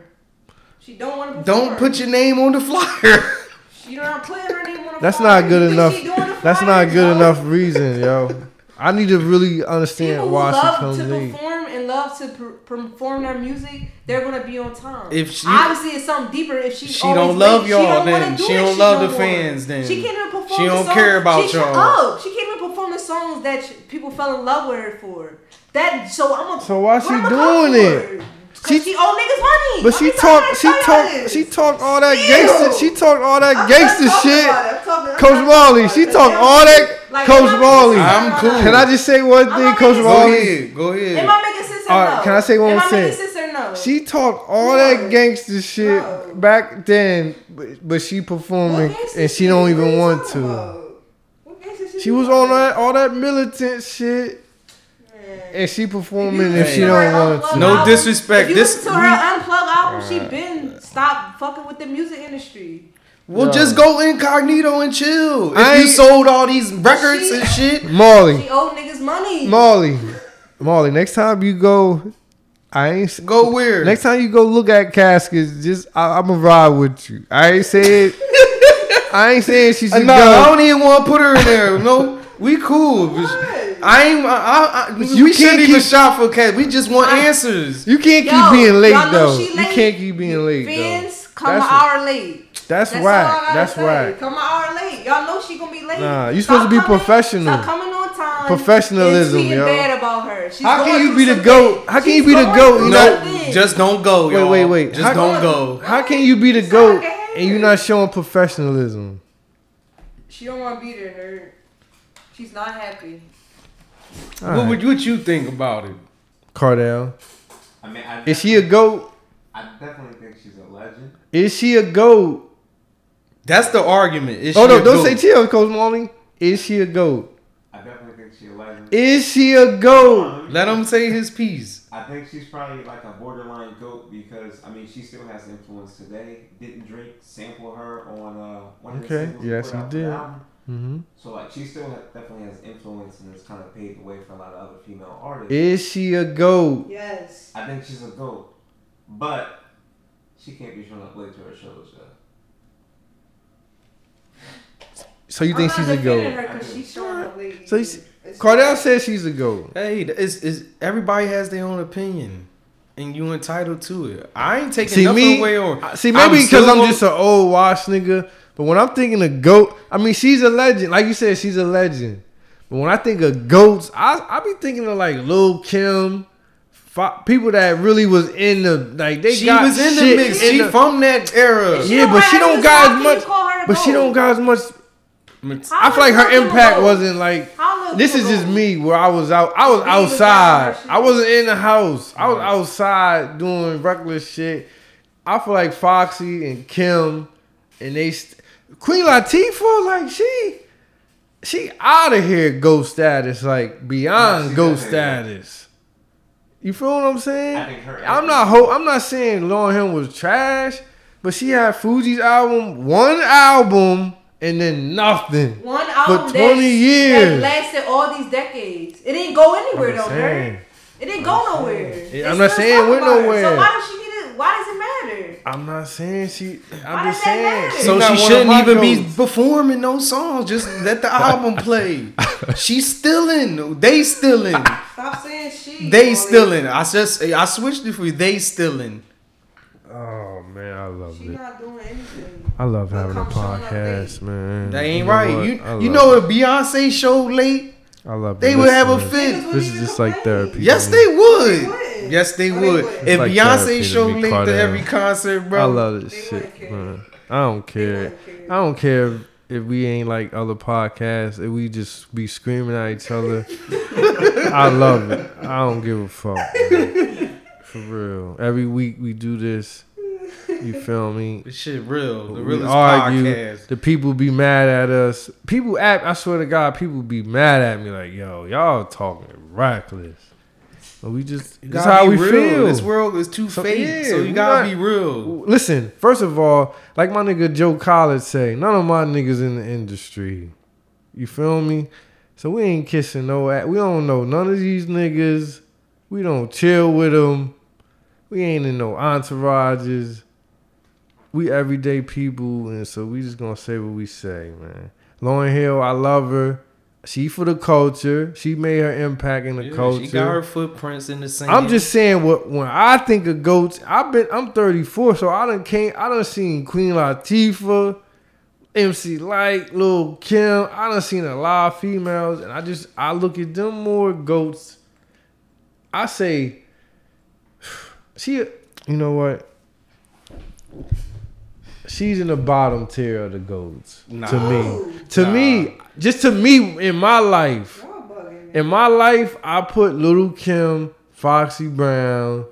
Speaker 3: She don't want to.
Speaker 2: Don't put your name on the flyer.
Speaker 3: You're not putting her name on the
Speaker 1: That's
Speaker 3: flyer.
Speaker 1: not good
Speaker 3: You think she doing
Speaker 1: enough.
Speaker 3: the
Speaker 1: That's
Speaker 3: flyers,
Speaker 1: not good
Speaker 3: yo?
Speaker 1: enough reason, yo. I need to really understand
Speaker 3: People who
Speaker 1: why she
Speaker 3: love
Speaker 1: comes
Speaker 3: to
Speaker 1: late.
Speaker 3: perform and love to per- perform their music, they're gonna be on time.
Speaker 2: If she-
Speaker 3: obviously it's something deeper. If she
Speaker 2: She
Speaker 3: always
Speaker 2: don't love
Speaker 3: late,
Speaker 2: y'all
Speaker 3: wanna
Speaker 2: then.
Speaker 3: do
Speaker 2: She
Speaker 3: it,
Speaker 2: don't love the
Speaker 3: want-
Speaker 2: fans then.
Speaker 3: She can't even perform.
Speaker 2: She
Speaker 3: the
Speaker 2: don't
Speaker 3: songs-
Speaker 2: care about
Speaker 3: she,
Speaker 2: y'all.
Speaker 3: Up. She can't even perform the songs that sh- people fell in love with her for. That so I'm a,
Speaker 1: So why she doing it?
Speaker 3: She,
Speaker 1: She-
Speaker 3: she owe niggas money.
Speaker 1: But
Speaker 3: I'm
Speaker 1: she
Speaker 3: just trying
Speaker 1: talked.
Speaker 3: to
Speaker 1: She
Speaker 3: tell y'all
Speaker 1: talked.
Speaker 3: this.
Speaker 1: She talked all that
Speaker 3: Ew.
Speaker 1: gangster. She talked all that
Speaker 3: I'm not
Speaker 1: gangster
Speaker 3: talking about
Speaker 1: shit.
Speaker 3: it. I'm talking- I'm
Speaker 1: Coach
Speaker 3: not talking
Speaker 1: Wally,
Speaker 3: about
Speaker 1: she
Speaker 3: it.
Speaker 1: talk
Speaker 3: That's
Speaker 1: all that.
Speaker 3: Like,
Speaker 1: Coach
Speaker 3: am I making
Speaker 1: Wally,
Speaker 3: sense?
Speaker 2: I'm cool.
Speaker 1: Can I just say one
Speaker 3: I'm
Speaker 1: thing,
Speaker 3: not
Speaker 1: Coach
Speaker 3: making
Speaker 2: Go
Speaker 3: sense.
Speaker 1: Wally?
Speaker 2: ahead, go
Speaker 3: Am
Speaker 2: ahead.
Speaker 3: I making sense or
Speaker 1: All right,
Speaker 3: no?
Speaker 1: can I say one
Speaker 3: Am
Speaker 1: more
Speaker 3: I making
Speaker 1: thing?
Speaker 3: sense or no?
Speaker 1: She talked all
Speaker 3: No.
Speaker 1: that gangster shit
Speaker 3: No.
Speaker 1: back then, but, but she performing
Speaker 3: What gangsta
Speaker 1: and she
Speaker 3: shit?
Speaker 1: don't
Speaker 3: What are
Speaker 1: even
Speaker 3: you
Speaker 1: want
Speaker 3: talking
Speaker 1: to.
Speaker 3: about? What gangsta shit
Speaker 1: She
Speaker 3: you
Speaker 1: was
Speaker 3: talking
Speaker 1: on
Speaker 3: about?
Speaker 1: that all that militant shit and she performing
Speaker 3: If
Speaker 1: and
Speaker 3: you
Speaker 1: she
Speaker 2: Hey.
Speaker 3: listen to
Speaker 1: don't
Speaker 3: her
Speaker 1: want
Speaker 3: Unplugged
Speaker 1: to.
Speaker 2: No
Speaker 3: album-
Speaker 2: disrespect,
Speaker 3: If you
Speaker 2: this-
Speaker 3: listen to her unplugged album, she been stopped fucking with the music industry.
Speaker 2: Well,
Speaker 1: No.
Speaker 2: just go incognito and chill. If
Speaker 1: I
Speaker 2: you
Speaker 1: ain't-
Speaker 2: sold all these records and shit,
Speaker 1: Molly,
Speaker 3: She owe niggas money.
Speaker 1: Molly, Molly. Next time you go, I ain't s-
Speaker 2: go where?
Speaker 1: Next time you go look at caskets, just I, I'ma ride with you. I ain't saying I ain't saying she
Speaker 2: Uh,
Speaker 1: should
Speaker 2: no, I
Speaker 1: go.
Speaker 2: don't even want to put her in there. No, we cool. I ain't. I, I, I,
Speaker 1: You
Speaker 2: we shouldn't
Speaker 1: can't
Speaker 2: even
Speaker 1: keep-
Speaker 2: shop for cat. We just want
Speaker 3: I-
Speaker 2: answers.
Speaker 1: You can't
Speaker 3: Yo,
Speaker 1: keep being
Speaker 3: y'all
Speaker 1: late
Speaker 3: know
Speaker 1: though.
Speaker 3: she
Speaker 1: You
Speaker 3: late.
Speaker 1: can't keep being late though.
Speaker 3: Fans come
Speaker 1: That's
Speaker 3: an hour late.
Speaker 1: That's,
Speaker 3: That's all I
Speaker 1: whack.
Speaker 3: gotta
Speaker 1: That's
Speaker 3: say.
Speaker 1: whack.
Speaker 3: Come an hour late. Y'all know she gonna be late.
Speaker 1: Nah, you
Speaker 3: Stop
Speaker 1: supposed to be
Speaker 3: coming-
Speaker 1: professional.
Speaker 3: Stop coming on time.
Speaker 1: Professionalism,
Speaker 3: and tweeting
Speaker 1: yo.
Speaker 3: bad about her. She's
Speaker 1: How can
Speaker 3: going
Speaker 1: you
Speaker 3: through
Speaker 1: be the
Speaker 3: some
Speaker 1: goat?
Speaker 3: things.
Speaker 1: How can
Speaker 3: She's
Speaker 1: you be the
Speaker 3: going
Speaker 1: goat?
Speaker 3: through
Speaker 1: You
Speaker 2: No,
Speaker 3: some things.
Speaker 2: just don't go,
Speaker 1: Wait,
Speaker 2: y'all.
Speaker 1: wait, wait.
Speaker 2: Just
Speaker 1: How-
Speaker 2: don't go.
Speaker 1: How can you be the
Speaker 3: It's all
Speaker 1: goat
Speaker 3: good.
Speaker 1: and you not showing professionalism?
Speaker 3: She don't want to be there, nerd. She's not happy.
Speaker 2: What would what you think about it?
Speaker 1: Cardell,
Speaker 4: I mean, I
Speaker 1: is she a goat?
Speaker 4: I definitely think she's a legend.
Speaker 1: Is she a goat?
Speaker 2: That's the argument. Is
Speaker 1: Oh
Speaker 2: she
Speaker 1: no,
Speaker 2: a
Speaker 1: don't
Speaker 2: goat?
Speaker 1: say chill, Coach Molly. Is she a goat?
Speaker 4: I definitely think she's a legend.
Speaker 1: Is she a goat?
Speaker 2: Let him say his piece.
Speaker 4: I think she's probably like a borderline goat because I mean she still has influence today. Didn't Drake sample her on uh, one of
Speaker 1: Okay,
Speaker 4: his singles
Speaker 1: yes, he
Speaker 4: put out for the
Speaker 1: did.
Speaker 4: album?
Speaker 2: Mm-hmm.
Speaker 1: hmm
Speaker 4: So like she still ha definitely has influence and has kind of paved the way for a lot of other female artists.
Speaker 1: Is she a goat?
Speaker 3: Yes.
Speaker 4: I think she's a goat, but she can't be showing up late to her shows. Though.
Speaker 1: So you think
Speaker 3: I'm
Speaker 1: she's
Speaker 3: not
Speaker 1: a
Speaker 3: defending
Speaker 1: goat?
Speaker 3: her 'cause she's showing up late.
Speaker 1: So you s-
Speaker 3: It's-
Speaker 1: Cardell says she's a goat.
Speaker 2: Hey, it's, it's, everybody has their own opinion, and you entitled to it. I ain't taking
Speaker 1: See
Speaker 2: nothing
Speaker 1: me? uh,
Speaker 2: away or
Speaker 1: See, maybe because
Speaker 2: still
Speaker 1: I'm
Speaker 2: gonna-
Speaker 1: just an old wash nigga. But when I'm thinking of goat, I mean she's a legend. Like you said, she's a legend. But when I think of goats, I I be thinking of like Lil Kim, fi- people that really was in the like they
Speaker 2: She
Speaker 1: got
Speaker 2: was in the
Speaker 1: shit
Speaker 2: mix.
Speaker 1: in
Speaker 2: She
Speaker 1: the-
Speaker 2: from that era.
Speaker 1: yeah, but she don't got as much. But she don't got as much. I feel like her impact wasn't like
Speaker 3: How
Speaker 1: This is just me where I was out. I was
Speaker 3: He was
Speaker 1: outside.
Speaker 3: outside.
Speaker 1: I wasn't in the house. I was outside doing reckless shit. I feel like Foxy and Kim and they st- Queen Latifah like she she out of here ghost status like
Speaker 4: Yeah,
Speaker 1: beyond
Speaker 4: she
Speaker 1: ghost
Speaker 4: definitely-
Speaker 1: status. You feel what I'm saying?
Speaker 4: I think her-
Speaker 1: I'm not ho- I'm not saying Lauren Hill was trash, but she had Fuji's album, one album, and then nothing.
Speaker 3: One album
Speaker 1: 20
Speaker 3: that,
Speaker 1: years.
Speaker 3: that lasted all these decades. It didn't go anywhere
Speaker 1: I'm
Speaker 3: though,
Speaker 1: saying.
Speaker 3: nerd. It didn't go nowhere.
Speaker 1: Yeah,
Speaker 3: They
Speaker 1: I'm not
Speaker 3: still
Speaker 1: saying it
Speaker 3: talk
Speaker 1: went
Speaker 3: about her.
Speaker 1: nowhere.
Speaker 3: So why does she need it? Why does it matter?
Speaker 1: I'm not saying she.
Speaker 3: Why
Speaker 1: I'm
Speaker 3: does
Speaker 1: just
Speaker 3: that
Speaker 1: saying.
Speaker 3: matter?
Speaker 1: she's
Speaker 2: So
Speaker 1: not
Speaker 2: she
Speaker 1: one of
Speaker 2: shouldn't
Speaker 1: my
Speaker 2: even be
Speaker 1: goats.
Speaker 2: performing no songs. Just let the album play. She's stealing. They stealing.
Speaker 3: Stop saying she.
Speaker 2: They
Speaker 3: Molly.
Speaker 2: stealing. I just I switched it for you. They stealing.
Speaker 1: Oh man, I love
Speaker 3: She
Speaker 1: it.
Speaker 3: not doing anything.
Speaker 1: I love
Speaker 3: Look,
Speaker 1: having a
Speaker 3: I'm showing up
Speaker 1: podcast, man.
Speaker 2: That ain't
Speaker 1: know
Speaker 2: right.
Speaker 1: what?
Speaker 2: You
Speaker 1: I love
Speaker 2: you know
Speaker 1: it.
Speaker 2: if Beyonce showed late,
Speaker 1: I love.
Speaker 2: they
Speaker 1: it.
Speaker 2: would have a
Speaker 1: Listen,
Speaker 2: fit.
Speaker 1: This
Speaker 3: Niggas wouldn't
Speaker 1: is
Speaker 3: even
Speaker 1: just like
Speaker 3: complain.
Speaker 1: therapy.
Speaker 2: Yes,
Speaker 1: Mhm.
Speaker 2: they would.
Speaker 3: They would.
Speaker 2: Yes, they
Speaker 3: Oh, they
Speaker 2: would.
Speaker 3: would.
Speaker 2: If
Speaker 1: Like therapy
Speaker 2: Beyonce
Speaker 1: to
Speaker 2: showed
Speaker 1: me,
Speaker 2: late to
Speaker 1: Carter.
Speaker 2: every concert, bro.
Speaker 1: I love this
Speaker 3: They wouldn't
Speaker 1: shit,
Speaker 3: care.
Speaker 1: man. I don't care.
Speaker 3: wouldn't care.
Speaker 1: I don't care if, if we ain't like other podcasts. If we just be screaming at each other, I love it. I don't give a fuck. man. For real. Every week we do this. You feel me?
Speaker 2: This shit real. The
Speaker 1: We
Speaker 2: realest
Speaker 1: argue.
Speaker 2: podcast.
Speaker 1: The people be mad at us. People act. I swear to God, people be mad at me. Like, yo, y'all talking reckless. But we just.
Speaker 2: You
Speaker 1: That's
Speaker 2: gotta
Speaker 1: how
Speaker 2: be
Speaker 1: we
Speaker 2: real.
Speaker 1: feel.
Speaker 2: This world is too
Speaker 1: So,
Speaker 2: fake,
Speaker 1: yeah,
Speaker 2: so
Speaker 1: we
Speaker 2: you gotta
Speaker 1: not-
Speaker 2: be real.
Speaker 1: Listen, first of all, like my nigga Joe Collins say, none of my niggas in the industry. You feel me? So we ain't kissing no ass. We don't know none of these niggas. We don't chill with them. We ain't in no entourages. We everyday people, and so we just gonna say what we say, man. Lauren Hill, I love her. She for the culture. She made her impact in the
Speaker 2: Yeah,
Speaker 1: culture.
Speaker 2: She got her footprints in the sand.
Speaker 1: I'm just saying what when I think of goats, I've been I'm 34, so I done came I done seen Queen Latifah, MC Light, Lil Kim. I done seen a lot of females, and I just I look at them more goats. I say, she, you know what? She's in the bottom tier of the goats
Speaker 2: Nah.
Speaker 1: to me. To
Speaker 2: Nah.
Speaker 1: me, just to me in my life.
Speaker 3: Y'all bugging, man.
Speaker 1: In my life, I put Little Kim, Foxy Brown,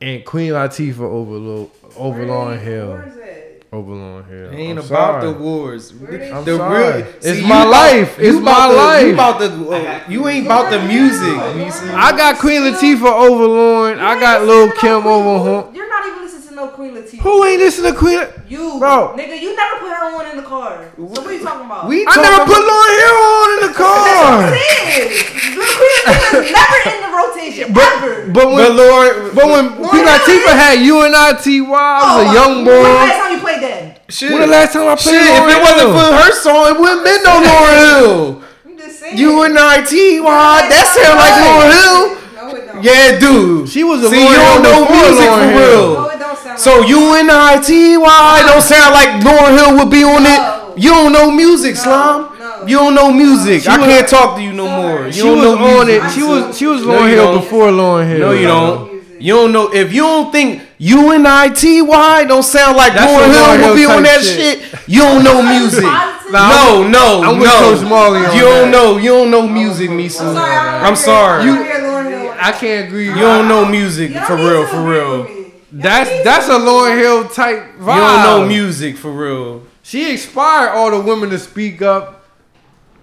Speaker 1: and Queen Latifah over Lil, over
Speaker 3: Where
Speaker 1: Lauren
Speaker 3: is-
Speaker 1: Hill.
Speaker 3: where is that?
Speaker 1: Over Lauren Hill.
Speaker 2: It ain't
Speaker 1: I'm
Speaker 2: about
Speaker 1: sorry.
Speaker 2: the wars.
Speaker 3: Where
Speaker 1: I'm
Speaker 2: the
Speaker 1: sorry.
Speaker 2: real.
Speaker 1: It's
Speaker 2: you
Speaker 1: my
Speaker 2: about-
Speaker 1: life.
Speaker 2: you
Speaker 1: It's
Speaker 2: about
Speaker 1: my
Speaker 2: the-
Speaker 1: life.
Speaker 2: You about the? uh, you ain't about the music. You see?
Speaker 1: I got Queen Latifah over Lauren. I
Speaker 3: You
Speaker 1: got
Speaker 3: ain't
Speaker 1: Lil
Speaker 3: listening to
Speaker 1: Kim
Speaker 3: no
Speaker 1: over
Speaker 3: Queen-
Speaker 1: home.
Speaker 3: You're not even listening to no Queen Latifah.
Speaker 1: Who ain't listening to Queen?
Speaker 3: You,
Speaker 1: Bro.
Speaker 3: nigga, you never put her on in the car. So what are you talking about?
Speaker 2: We
Speaker 1: I never
Speaker 2: talking
Speaker 1: put Lauren Hill on in the car.
Speaker 3: Damn, Lil Queen Latifah's never in the rotation. ever.
Speaker 1: But when
Speaker 2: But Lauren-
Speaker 1: but when Queen
Speaker 3: Hill?
Speaker 1: Latifah had you and I T Y, I was
Speaker 3: Oh,
Speaker 1: a young
Speaker 3: When the
Speaker 1: boy.
Speaker 3: last time you played that?
Speaker 2: Shit.
Speaker 1: When the last time I played
Speaker 2: Shit, if
Speaker 1: Lauryn
Speaker 2: it wasn't
Speaker 1: Hill?
Speaker 2: for her song, it wouldn't been no Lauren Hill.
Speaker 3: I'm just saying.
Speaker 2: You and I, T Y. That sound like Lauren Hill.
Speaker 3: No, it don't.
Speaker 2: Yeah, dude.
Speaker 1: She was a
Speaker 2: See,
Speaker 1: Lauryn
Speaker 2: you
Speaker 1: Hill
Speaker 2: don't know
Speaker 1: before
Speaker 2: music
Speaker 1: Lauryn
Speaker 2: for
Speaker 1: Hill.
Speaker 2: real.
Speaker 3: No, it don't sound
Speaker 2: So
Speaker 1: Oh,
Speaker 3: like
Speaker 2: you and I T Y don't sound like Lauren Hill would be on
Speaker 3: No.
Speaker 2: it. You don't know music, Slum.
Speaker 3: no.
Speaker 2: You don't know music.
Speaker 1: She
Speaker 2: I
Speaker 1: was-
Speaker 2: can't talk to you no
Speaker 3: Sorry.
Speaker 2: more. You
Speaker 1: She
Speaker 2: don't
Speaker 1: was
Speaker 2: know
Speaker 1: on
Speaker 2: music.
Speaker 1: it. She was she was
Speaker 2: No,
Speaker 1: Lauren
Speaker 2: you
Speaker 1: Hill
Speaker 2: don't.
Speaker 1: before Lauren Hill.
Speaker 2: No, you don't. You don't know if you don't think U and I T Y don't sound like
Speaker 1: That's
Speaker 2: Lauren
Speaker 1: some Lauryn
Speaker 2: Hill
Speaker 1: Hill
Speaker 2: would be on
Speaker 1: type
Speaker 2: that
Speaker 1: shit.
Speaker 2: shit. You don't know music.
Speaker 3: Nah,
Speaker 2: no, no,
Speaker 1: I'm with
Speaker 2: no.
Speaker 1: Coach Marley on
Speaker 2: you
Speaker 1: that.
Speaker 2: don't know. You don't know music, Misa.
Speaker 3: I'm sorry. I don't
Speaker 2: I'm
Speaker 3: hear-
Speaker 2: sorry.
Speaker 3: I don't
Speaker 2: You-
Speaker 3: hear Lauryn Hill.
Speaker 1: I can't agree.
Speaker 2: You don't know music
Speaker 3: Y'all
Speaker 2: for
Speaker 3: need
Speaker 2: real.
Speaker 3: to
Speaker 2: For
Speaker 3: agree
Speaker 2: real.
Speaker 3: with me. Y'all
Speaker 1: That's
Speaker 3: need
Speaker 1: that's
Speaker 3: to-
Speaker 1: a Lauren Hill type vibe.
Speaker 2: You don't know music for real.
Speaker 1: She inspired all the women to speak up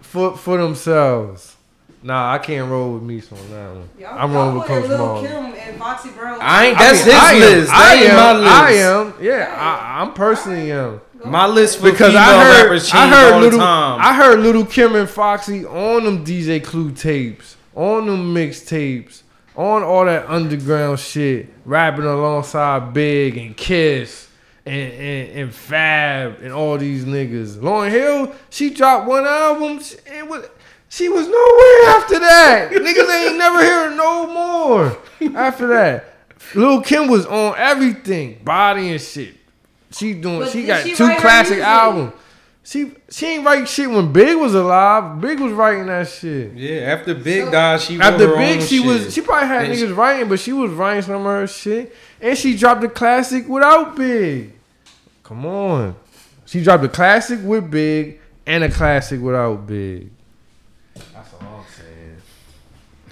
Speaker 1: for for themselves. Nah, I can't roll with Meese on that one.
Speaker 3: Y'all-
Speaker 1: I'm
Speaker 3: y'all
Speaker 1: rolling with
Speaker 3: putting
Speaker 1: Coach
Speaker 3: Lil'
Speaker 1: Marley.
Speaker 3: Kim and Foxy Brown.
Speaker 2: I ain't.
Speaker 1: I
Speaker 2: That's
Speaker 1: mean,
Speaker 2: his
Speaker 1: I am,
Speaker 2: list.
Speaker 1: I
Speaker 2: That ain't
Speaker 1: am.
Speaker 2: my list.
Speaker 1: I am. Yeah, I, I'm personally am.
Speaker 2: My list for
Speaker 1: Because
Speaker 2: female
Speaker 1: I heard,
Speaker 2: rappers
Speaker 1: I
Speaker 2: change
Speaker 1: heard
Speaker 2: all
Speaker 1: little,
Speaker 2: the time.
Speaker 1: I heard little Kim and Foxy on them DJ Clue tapes, on them mixtapes, on all that underground shit, rapping alongside Big and Kiss and, and and Fab and all these niggas. Lauren Hill, she dropped one album sh- and was. She was nowhere after that. Niggas ain't never hear her no more after that. Lil Kim was on everything, body and shit. She doing.
Speaker 3: But
Speaker 1: she
Speaker 3: did
Speaker 1: got
Speaker 3: she
Speaker 1: two
Speaker 3: write her
Speaker 1: classic
Speaker 3: music?
Speaker 1: albums. She she ain't write shit when Big was alive. Big was writing that shit.
Speaker 2: yeah, after Big died, she wrote
Speaker 1: After
Speaker 2: her
Speaker 1: Big,
Speaker 2: own
Speaker 1: she
Speaker 2: shit.
Speaker 1: was she probably had
Speaker 2: And
Speaker 1: niggas writing, but she was writing some of her shit. And she dropped a classic without Big. Come on, she dropped a classic with Big and a classic without Big. That's all I'm saying.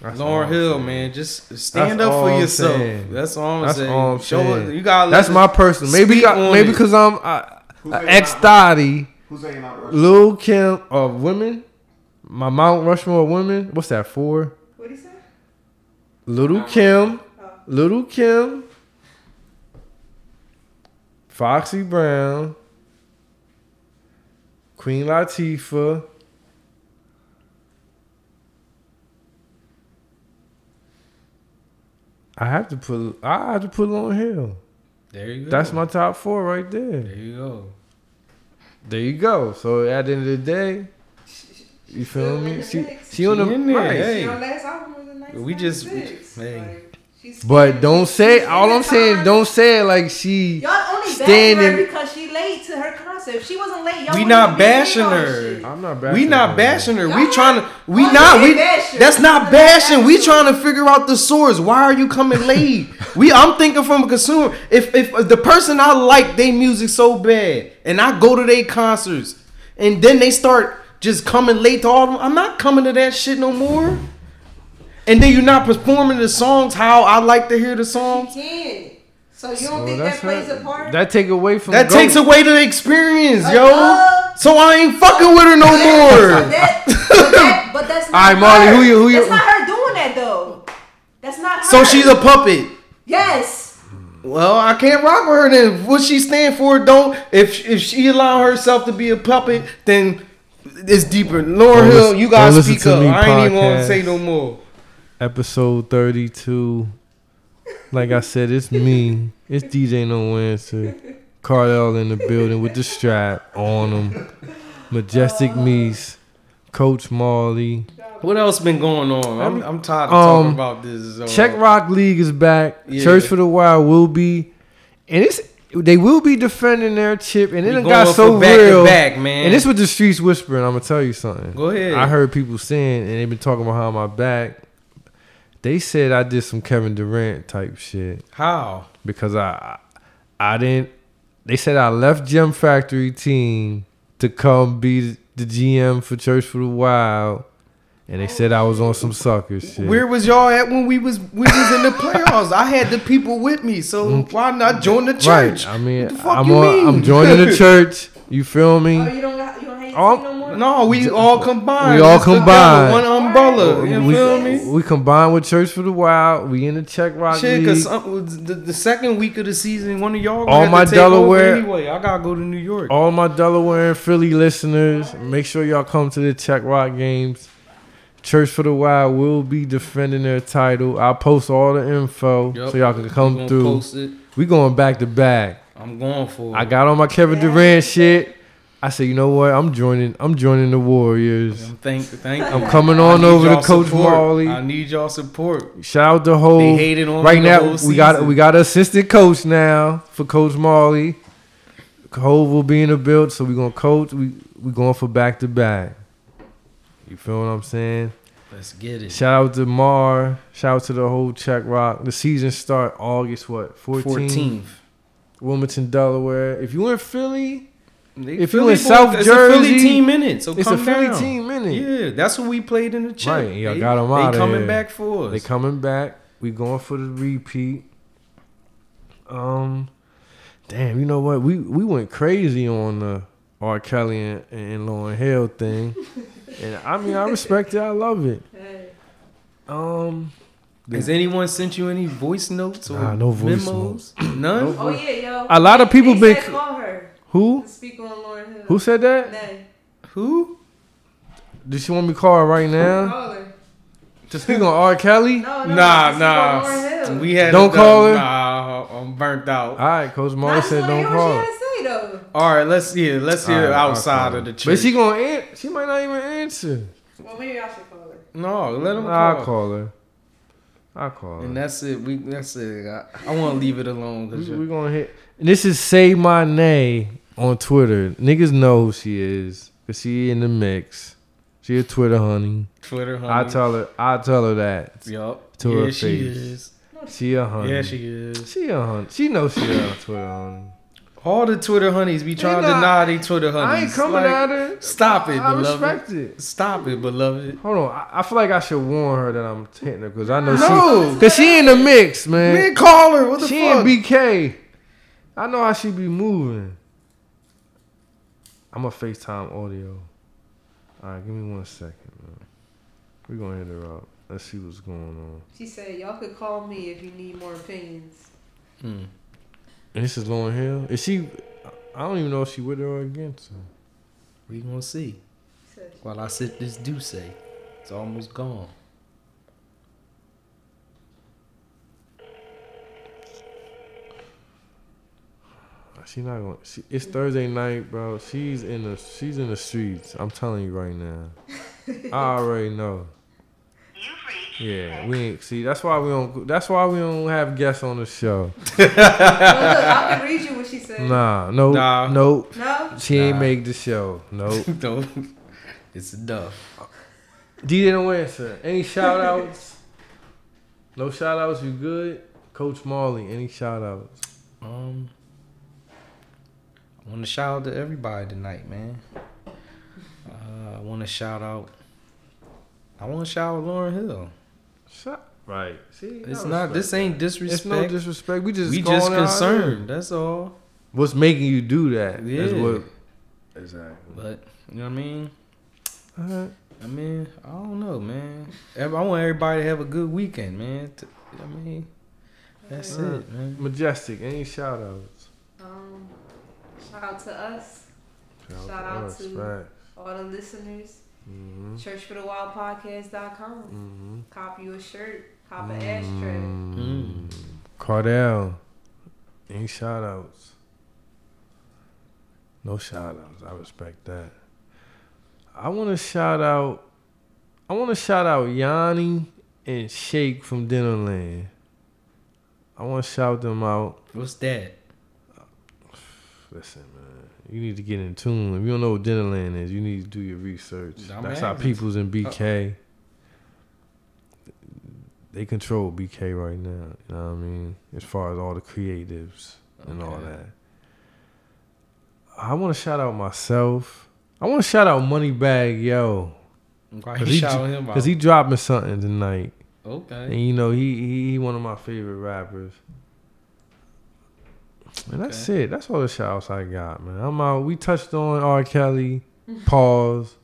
Speaker 1: That's all
Speaker 2: Lauren
Speaker 1: I'm
Speaker 2: Hill,
Speaker 1: saying.
Speaker 2: man, just stand
Speaker 1: That's
Speaker 2: up
Speaker 1: all
Speaker 2: for
Speaker 1: I'm
Speaker 2: yourself.
Speaker 1: saying.
Speaker 2: That's all I'm
Speaker 1: That's
Speaker 2: saying.
Speaker 1: all I'm
Speaker 2: Show
Speaker 1: saying.
Speaker 2: it- you got.
Speaker 1: That's my personal. Maybe
Speaker 2: speak
Speaker 1: got,
Speaker 2: on
Speaker 1: maybe
Speaker 2: it.
Speaker 1: because I'm I,
Speaker 4: Who's
Speaker 1: a
Speaker 4: that
Speaker 1: ex
Speaker 4: now?
Speaker 1: thotty.
Speaker 4: Who's hanging out with us?
Speaker 1: Lil Kim of women, my Mount Rushmore of women. What's that for?
Speaker 3: What'd he say?
Speaker 1: Little Kim, Little Kim, Foxy Brown, Queen Latifah. I have to put I have to put Lauren Hill.
Speaker 2: There you go.
Speaker 1: That's my top four right there.
Speaker 2: There you go.
Speaker 1: There you go. So at the end of the day, you feel
Speaker 3: in
Speaker 1: me?
Speaker 3: the
Speaker 1: She
Speaker 3: mix.
Speaker 1: she on the
Speaker 2: She in there,
Speaker 1: right.
Speaker 2: hey.
Speaker 3: Her last album was in 1996.
Speaker 2: We just- hey.
Speaker 3: Like, she's-
Speaker 1: But don't say.
Speaker 3: she's
Speaker 1: All
Speaker 3: in
Speaker 1: I'm
Speaker 3: the
Speaker 1: saying,
Speaker 3: time.
Speaker 1: don't say it like she.
Speaker 3: Y'all only bashing
Speaker 1: standing-
Speaker 3: her because she late to her concert. If she wasn't late, y'all
Speaker 2: We
Speaker 3: wouldn't
Speaker 2: not
Speaker 3: even be saying
Speaker 2: bashing
Speaker 3: all
Speaker 2: her.
Speaker 3: this shit.
Speaker 1: I'm not
Speaker 2: We not bashing her. We
Speaker 3: Y'all
Speaker 2: trying to.
Speaker 3: not-
Speaker 2: We
Speaker 3: Oh,
Speaker 2: not.
Speaker 3: you
Speaker 2: We.
Speaker 3: bashing.
Speaker 2: That's not
Speaker 3: That's
Speaker 2: bashing. We
Speaker 3: bashing.
Speaker 2: trying to figure out the source. Why are you coming late? we. I'm thinking from a consumer. If if the person I like they music so bad, and I go to their concerts, and then they start just coming late to all them, I'm not coming to that shit no more. And then you're not performing the songs how I like to hear the songs.
Speaker 3: She can. So you don't
Speaker 1: Oh,
Speaker 3: think that
Speaker 1: that's
Speaker 3: plays
Speaker 1: her-
Speaker 3: a part?
Speaker 1: That take away from
Speaker 2: That
Speaker 1: GOAT.
Speaker 2: takes away the experience,
Speaker 3: Like,
Speaker 2: yo.
Speaker 3: uh,
Speaker 2: So I ain't fucking with her no
Speaker 3: so
Speaker 2: more.
Speaker 3: that- but, that, but that's not
Speaker 2: All right, Marley,
Speaker 3: her.
Speaker 2: who you- who you-
Speaker 3: That's not her doing that though. That's not.
Speaker 2: So
Speaker 3: her.
Speaker 2: she's a puppet.
Speaker 3: yes.
Speaker 2: Well, I can't rock with her then. What she stand for? Don't if if she allow herself to be a puppet, then it's deeper. Lauren
Speaker 1: Don't
Speaker 2: Hill,
Speaker 1: listen-
Speaker 2: you
Speaker 1: don't
Speaker 2: gotta
Speaker 1: listen
Speaker 2: speak
Speaker 1: to
Speaker 2: up.
Speaker 1: me,
Speaker 2: I ain't even gonna
Speaker 1: podcast.
Speaker 2: say no more.
Speaker 1: episode 32. Like I said, it's me. It's DJ No Answer. Carl in the building with the strap on him. Majestic
Speaker 3: Oh.
Speaker 1: Meese. Coach Marley.
Speaker 2: What else been going on? I'm, I'm tired of talking
Speaker 1: Um,
Speaker 2: about this. uh,
Speaker 1: Czech Rock League is back.
Speaker 2: Yeah.
Speaker 1: Church for the Wild will be. And it's they will be defending their chip. And it
Speaker 2: we
Speaker 1: done
Speaker 2: going
Speaker 1: got so
Speaker 2: for back
Speaker 1: real.
Speaker 2: To back, man.
Speaker 1: And this what the streets whispering. I'm gonna tell you something.
Speaker 2: Go ahead.
Speaker 1: I heard people saying, and they've been talking behind my back. They said I did some Kevin Durant type shit
Speaker 2: how
Speaker 1: because I, I didn't. They said I left Gem Factory team to come be the GM for Church for the Wild, and they said I was on some sucker shit.
Speaker 2: where was y'all at when we was we was in the playoffs? I had the people with me, so why not join the church?
Speaker 1: Right. I mean,
Speaker 2: What the fuck
Speaker 1: I'm
Speaker 2: you
Speaker 1: on,
Speaker 2: mean?
Speaker 1: I'm joining the church. You feel me?
Speaker 3: Oh, you don't. got- You don't hate
Speaker 1: Oh,
Speaker 3: oh, no more.
Speaker 2: No, we all combined.
Speaker 1: We all
Speaker 2: It's together,
Speaker 1: combined. Oh,
Speaker 2: One umbrella. Oh, You
Speaker 1: we,
Speaker 2: feel me?
Speaker 1: we combine with Church for the Wild. We in the Czech Rock
Speaker 2: Shit,
Speaker 1: League.
Speaker 2: because the, the second week of the season, one of y'all gonna
Speaker 1: All
Speaker 2: have
Speaker 1: my
Speaker 2: to take over
Speaker 1: Delaware- Oh,
Speaker 2: anyway. I gotta go to New York.
Speaker 1: All my Delaware and Philly listeners, make sure y'all come to the Czech Rock games. Church for the Wild will be defending their title. I'll post all the info
Speaker 2: Yup.
Speaker 1: so y'all can
Speaker 2: We
Speaker 1: come
Speaker 2: gonna
Speaker 1: through.
Speaker 2: post it.
Speaker 1: We going back to back.
Speaker 2: I'm going for it.
Speaker 1: I got on my Kevin Durant shit. I said, you know what? I'm joining. I'm joining the Warriors.
Speaker 2: I'm thank, thank you.
Speaker 1: I'm coming
Speaker 2: I
Speaker 1: on
Speaker 2: need
Speaker 1: over to
Speaker 2: y'all
Speaker 1: Coach
Speaker 2: support.
Speaker 1: Marley.
Speaker 2: I need y'all support.
Speaker 1: Shout out to
Speaker 2: They
Speaker 1: whole.
Speaker 2: hated on
Speaker 1: Right
Speaker 2: me the
Speaker 1: now,
Speaker 2: whole
Speaker 1: we got
Speaker 2: season.
Speaker 1: we got an assistant coach now for Coach Marley. Hove will be in the build, so we gonna coach. We we going for back to back. You feel what I'm saying?
Speaker 2: Let's get it.
Speaker 1: Shout out to Mar. Shout out to the whole Czech Rock. The season start August what 14th,
Speaker 2: Fourteenth.
Speaker 1: Wilmington, Delaware. If you in Philly,
Speaker 2: If
Speaker 1: you in South
Speaker 2: it's a Philly
Speaker 1: Jersey,
Speaker 2: team in it. So
Speaker 1: it's
Speaker 2: come
Speaker 1: a Philly
Speaker 2: down.
Speaker 1: team minute.
Speaker 2: Yeah, that's what we played in the chat.
Speaker 1: Right, y'all got 'em outta
Speaker 2: They coming
Speaker 1: here.
Speaker 2: back for us.
Speaker 1: They coming back. We going for the repeat. Um, damn, you know what? We we went crazy on the R. Kelly and, and Lauren Hill thing, and I mean I respect it. I love it.
Speaker 3: Hey.
Speaker 1: Um,
Speaker 2: Has anyone sent you any voice notes or
Speaker 1: Nah, no voice
Speaker 2: memos? None.
Speaker 3: Oh yeah, yo.
Speaker 1: a lot of people
Speaker 3: They
Speaker 1: been
Speaker 3: said call her.
Speaker 1: who
Speaker 3: Speak on Lauren Hill.
Speaker 1: who said that?
Speaker 3: Nay.
Speaker 2: Who?
Speaker 1: Does she want me to call her right now
Speaker 3: Call her.
Speaker 1: to speak on R. Kelly?
Speaker 3: No, no,
Speaker 2: Nah,
Speaker 3: speak
Speaker 2: nah.
Speaker 3: On Lauryn Hill.
Speaker 2: We had
Speaker 1: Don't
Speaker 2: it
Speaker 1: call
Speaker 2: done.
Speaker 1: her.
Speaker 2: Nah, I'm burnt out.
Speaker 1: All right, Coach
Speaker 3: Nah, I
Speaker 1: Marley
Speaker 3: just
Speaker 1: said
Speaker 3: wanna
Speaker 1: don't
Speaker 3: hear
Speaker 1: call.
Speaker 3: What
Speaker 1: her.
Speaker 3: she had to say though.
Speaker 2: All right, let's hear. Let's hear
Speaker 1: All right, I'll
Speaker 2: outside
Speaker 1: call
Speaker 2: of the
Speaker 1: her. But
Speaker 2: church.
Speaker 1: she gonna answer. She might not even answer.
Speaker 3: Well, maybe I should call her.
Speaker 2: no, let him call.
Speaker 1: I'll call her. I'll call her.
Speaker 2: And that's it. We that's it. I, I want to leave it alone because
Speaker 1: We, we gonna hit. And this is say my name on Twitter. Niggas know who she is, cause she in the mix. She a Twitter honey.
Speaker 2: Twitter. Homie.
Speaker 1: I tell her. I tell her that
Speaker 2: Yup.
Speaker 1: Mm-hmm. to
Speaker 2: yeah,
Speaker 1: her
Speaker 2: she
Speaker 1: face.
Speaker 2: is.
Speaker 1: she a honey.
Speaker 2: Yeah, she is.
Speaker 1: She a honey. She knows she a Twitter honey.
Speaker 2: All the Twitter honeys be trying to
Speaker 1: not-
Speaker 2: deny they Twitter honeys.
Speaker 1: I ain't coming
Speaker 2: Like,
Speaker 1: at her.
Speaker 2: Stop it,
Speaker 1: I
Speaker 2: beloved.
Speaker 1: respect it.
Speaker 2: Stop it, beloved.
Speaker 1: Hold on. I, I feel like I should warn her that I'm hitting her, cause I know
Speaker 2: No.
Speaker 1: she. Cause she in the mix, man.
Speaker 2: Man, call her. What the
Speaker 1: she
Speaker 2: fuck?
Speaker 1: in BK. I know how she be moving. I'm a FaceTime audio. All right, give me one second, man. We're going to hit her up. Let's see what's going on.
Speaker 3: She said, "Y'all could call me if you need more opinions."
Speaker 2: Hmm.
Speaker 1: And this is Lauren Hill. Is she, I don't even know if she with her or against her.
Speaker 2: We gonna see.
Speaker 3: She said,
Speaker 2: While I sip this Douce, it's almost gone.
Speaker 1: She not going, she, it's Thursday night, bro. She's in the, she's in the streets. I'm telling you right now. I already know. Yeah, we ain't, see, that's why we don't, that's why we don't have guests on the show.
Speaker 3: "No, look, I can read you what she said."
Speaker 1: Nah, no,
Speaker 2: Nah.
Speaker 1: no.
Speaker 3: No.
Speaker 1: She ain't
Speaker 2: Nah.
Speaker 1: make the show. No.
Speaker 2: no, it's a duff.
Speaker 1: DJ don't answer. Any shout outs? no shout outs, you good? Coach Marley, any shout outs?
Speaker 2: Um, I want to shout out to everybody tonight, man. Uh, I want to shout out. I want to shout out Lauren Hill.
Speaker 1: Shout Right. See,
Speaker 2: It's
Speaker 1: I
Speaker 2: not.
Speaker 1: respect
Speaker 2: This ain't
Speaker 1: that.
Speaker 2: disrespect.
Speaker 1: It's no disrespect. We just
Speaker 2: we
Speaker 1: calling
Speaker 2: just
Speaker 1: it out here.
Speaker 2: concerned. That's all.
Speaker 1: What's making you do that? That's
Speaker 2: Yeah.
Speaker 1: what. Exactly.
Speaker 2: But you know what I mean.
Speaker 1: All right.
Speaker 2: I mean, I don't know, man. Ev- I want everybody to have a good weekend, man. T- I mean, that's
Speaker 1: Alright.
Speaker 2: it, man.
Speaker 1: Majestic. Any shout outs?
Speaker 3: Um, shout out to us, Shout out to- all the listeners.
Speaker 1: Mm-hmm.
Speaker 3: ChurchForTheWildPodcast.com.
Speaker 1: Mm-hmm.
Speaker 3: Cop you a shirt. Cop an ashtray.
Speaker 2: Mm.
Speaker 1: Cardell, any shout outs? No shout outs. I respect that. I want to shout out. I want to shout out Yanni and Shake from Dinnerland. I want to shout them out.
Speaker 2: What's that?
Speaker 1: Listen, man, you need to get in tune. If you don't know what Dinnerland is, you need to do your research.
Speaker 2: I'm
Speaker 1: That's our
Speaker 2: asking.
Speaker 1: peoples in BK. They control BK right now. You know what I mean? As far as all the creatives and all
Speaker 2: Okay.
Speaker 1: that. I want to shout out myself. I want to shout out Moneybag Yo
Speaker 2: Why
Speaker 1: Cause
Speaker 2: you
Speaker 1: he
Speaker 2: shouting him out?
Speaker 1: because he dropping something tonight, and
Speaker 2: okay.
Speaker 1: you know he he, he one of my favorite rappers. And that's it. That's all the shout outs I got, man. I'm out. We touched on R. Kelly. Pause.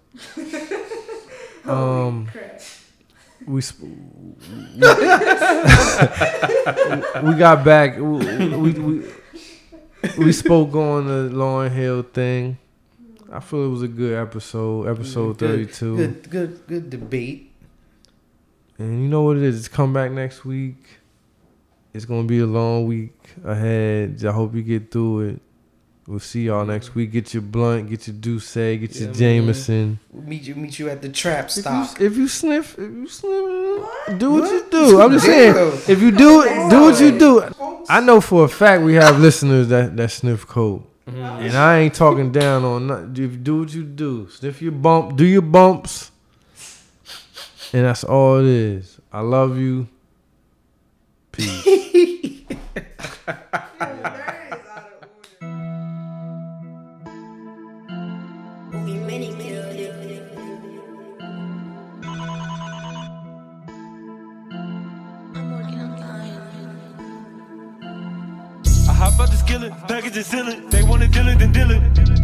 Speaker 3: Holy
Speaker 1: Um,
Speaker 3: crap.
Speaker 1: we sp- we got back. We, we we we spoke on the Lauren Hill thing. I feel it was a good episode, episode
Speaker 2: Good-
Speaker 1: thirty-two.
Speaker 2: Good, good, good debate.
Speaker 1: And you know what it is? It's come back next week. It's gonna be a long week ahead. I hope you get through it. We'll see y'all next week. Get your blunt, get your Douce, get
Speaker 2: Yeah,
Speaker 1: your
Speaker 2: man.
Speaker 1: Jameson.
Speaker 2: We'll meet you, meet you at the trap
Speaker 1: If
Speaker 2: stop.
Speaker 1: you, if you sniff, if you sniff, do what you do. I'm just saying. If you do it, do what you do. I know for a fact we have listeners that, that sniff coke. Mm. And I ain't talking down on nothing. If you do what you do, sniff your bump, do your bumps. And that's all it is. I love you. Peace.
Speaker 3: That is out of order.
Speaker 6: We many killed it. I'm working on time.
Speaker 7: I hop out the skillet, package is sealing. They wanna deal it, then deal it.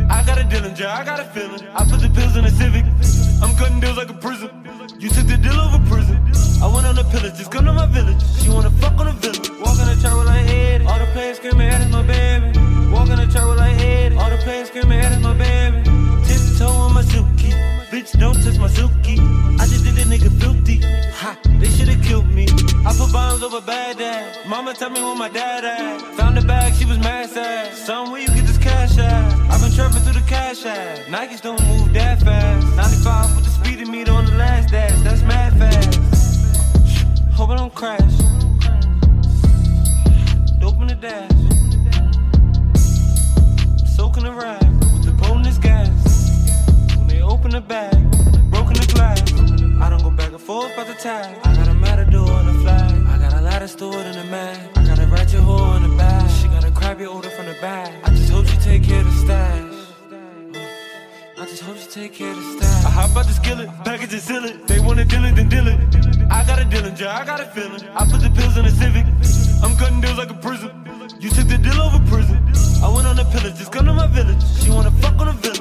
Speaker 7: I got a dealing job, I got a feeling. I put the pills in a civic. I'm cutting deals like a prison. You took the deal over prison. I went on a pillage, just come to my village. She wanna fuck on a village. Walk in the trap with I head. All the players screaming, that is my baby. Walk in the trap with I head. All the players screaming, that is my baby. Tiptoe on my Suki. Bitch, don't touch my Suki. I just did a nigga filthy. Ha, they should've killed me. I put bombs over Baghdad. Mama tell me where my dad at. Found a bag, she was mad sad. Son, where you get this cash at? I've been trapping through the cash at. Nikes don't move that fast. 95 with the speed of meter on the last dash. That's mad fast. Hope I don't crash. Dope in the dash. Soaking the ride with the bonus gas. When they open the bag, broken the glass. I don't go back and forth about the tag. I got a matador on the flag. I got a lot of stored in the mag. I got a ratchet hole in the bag. She got a crappy order from the bag. I just hope she take care of the stash. I just hope you take care of the staff. I hop out the skillet, package and seal it. They wanna deal it, then deal it. I got a dealing job, I got a feeling. I put the pills in a civic. I'm cutting deals like a prison. You took the deal over prison. I went on a pillage, just come to my village. She wanna fuck on a village.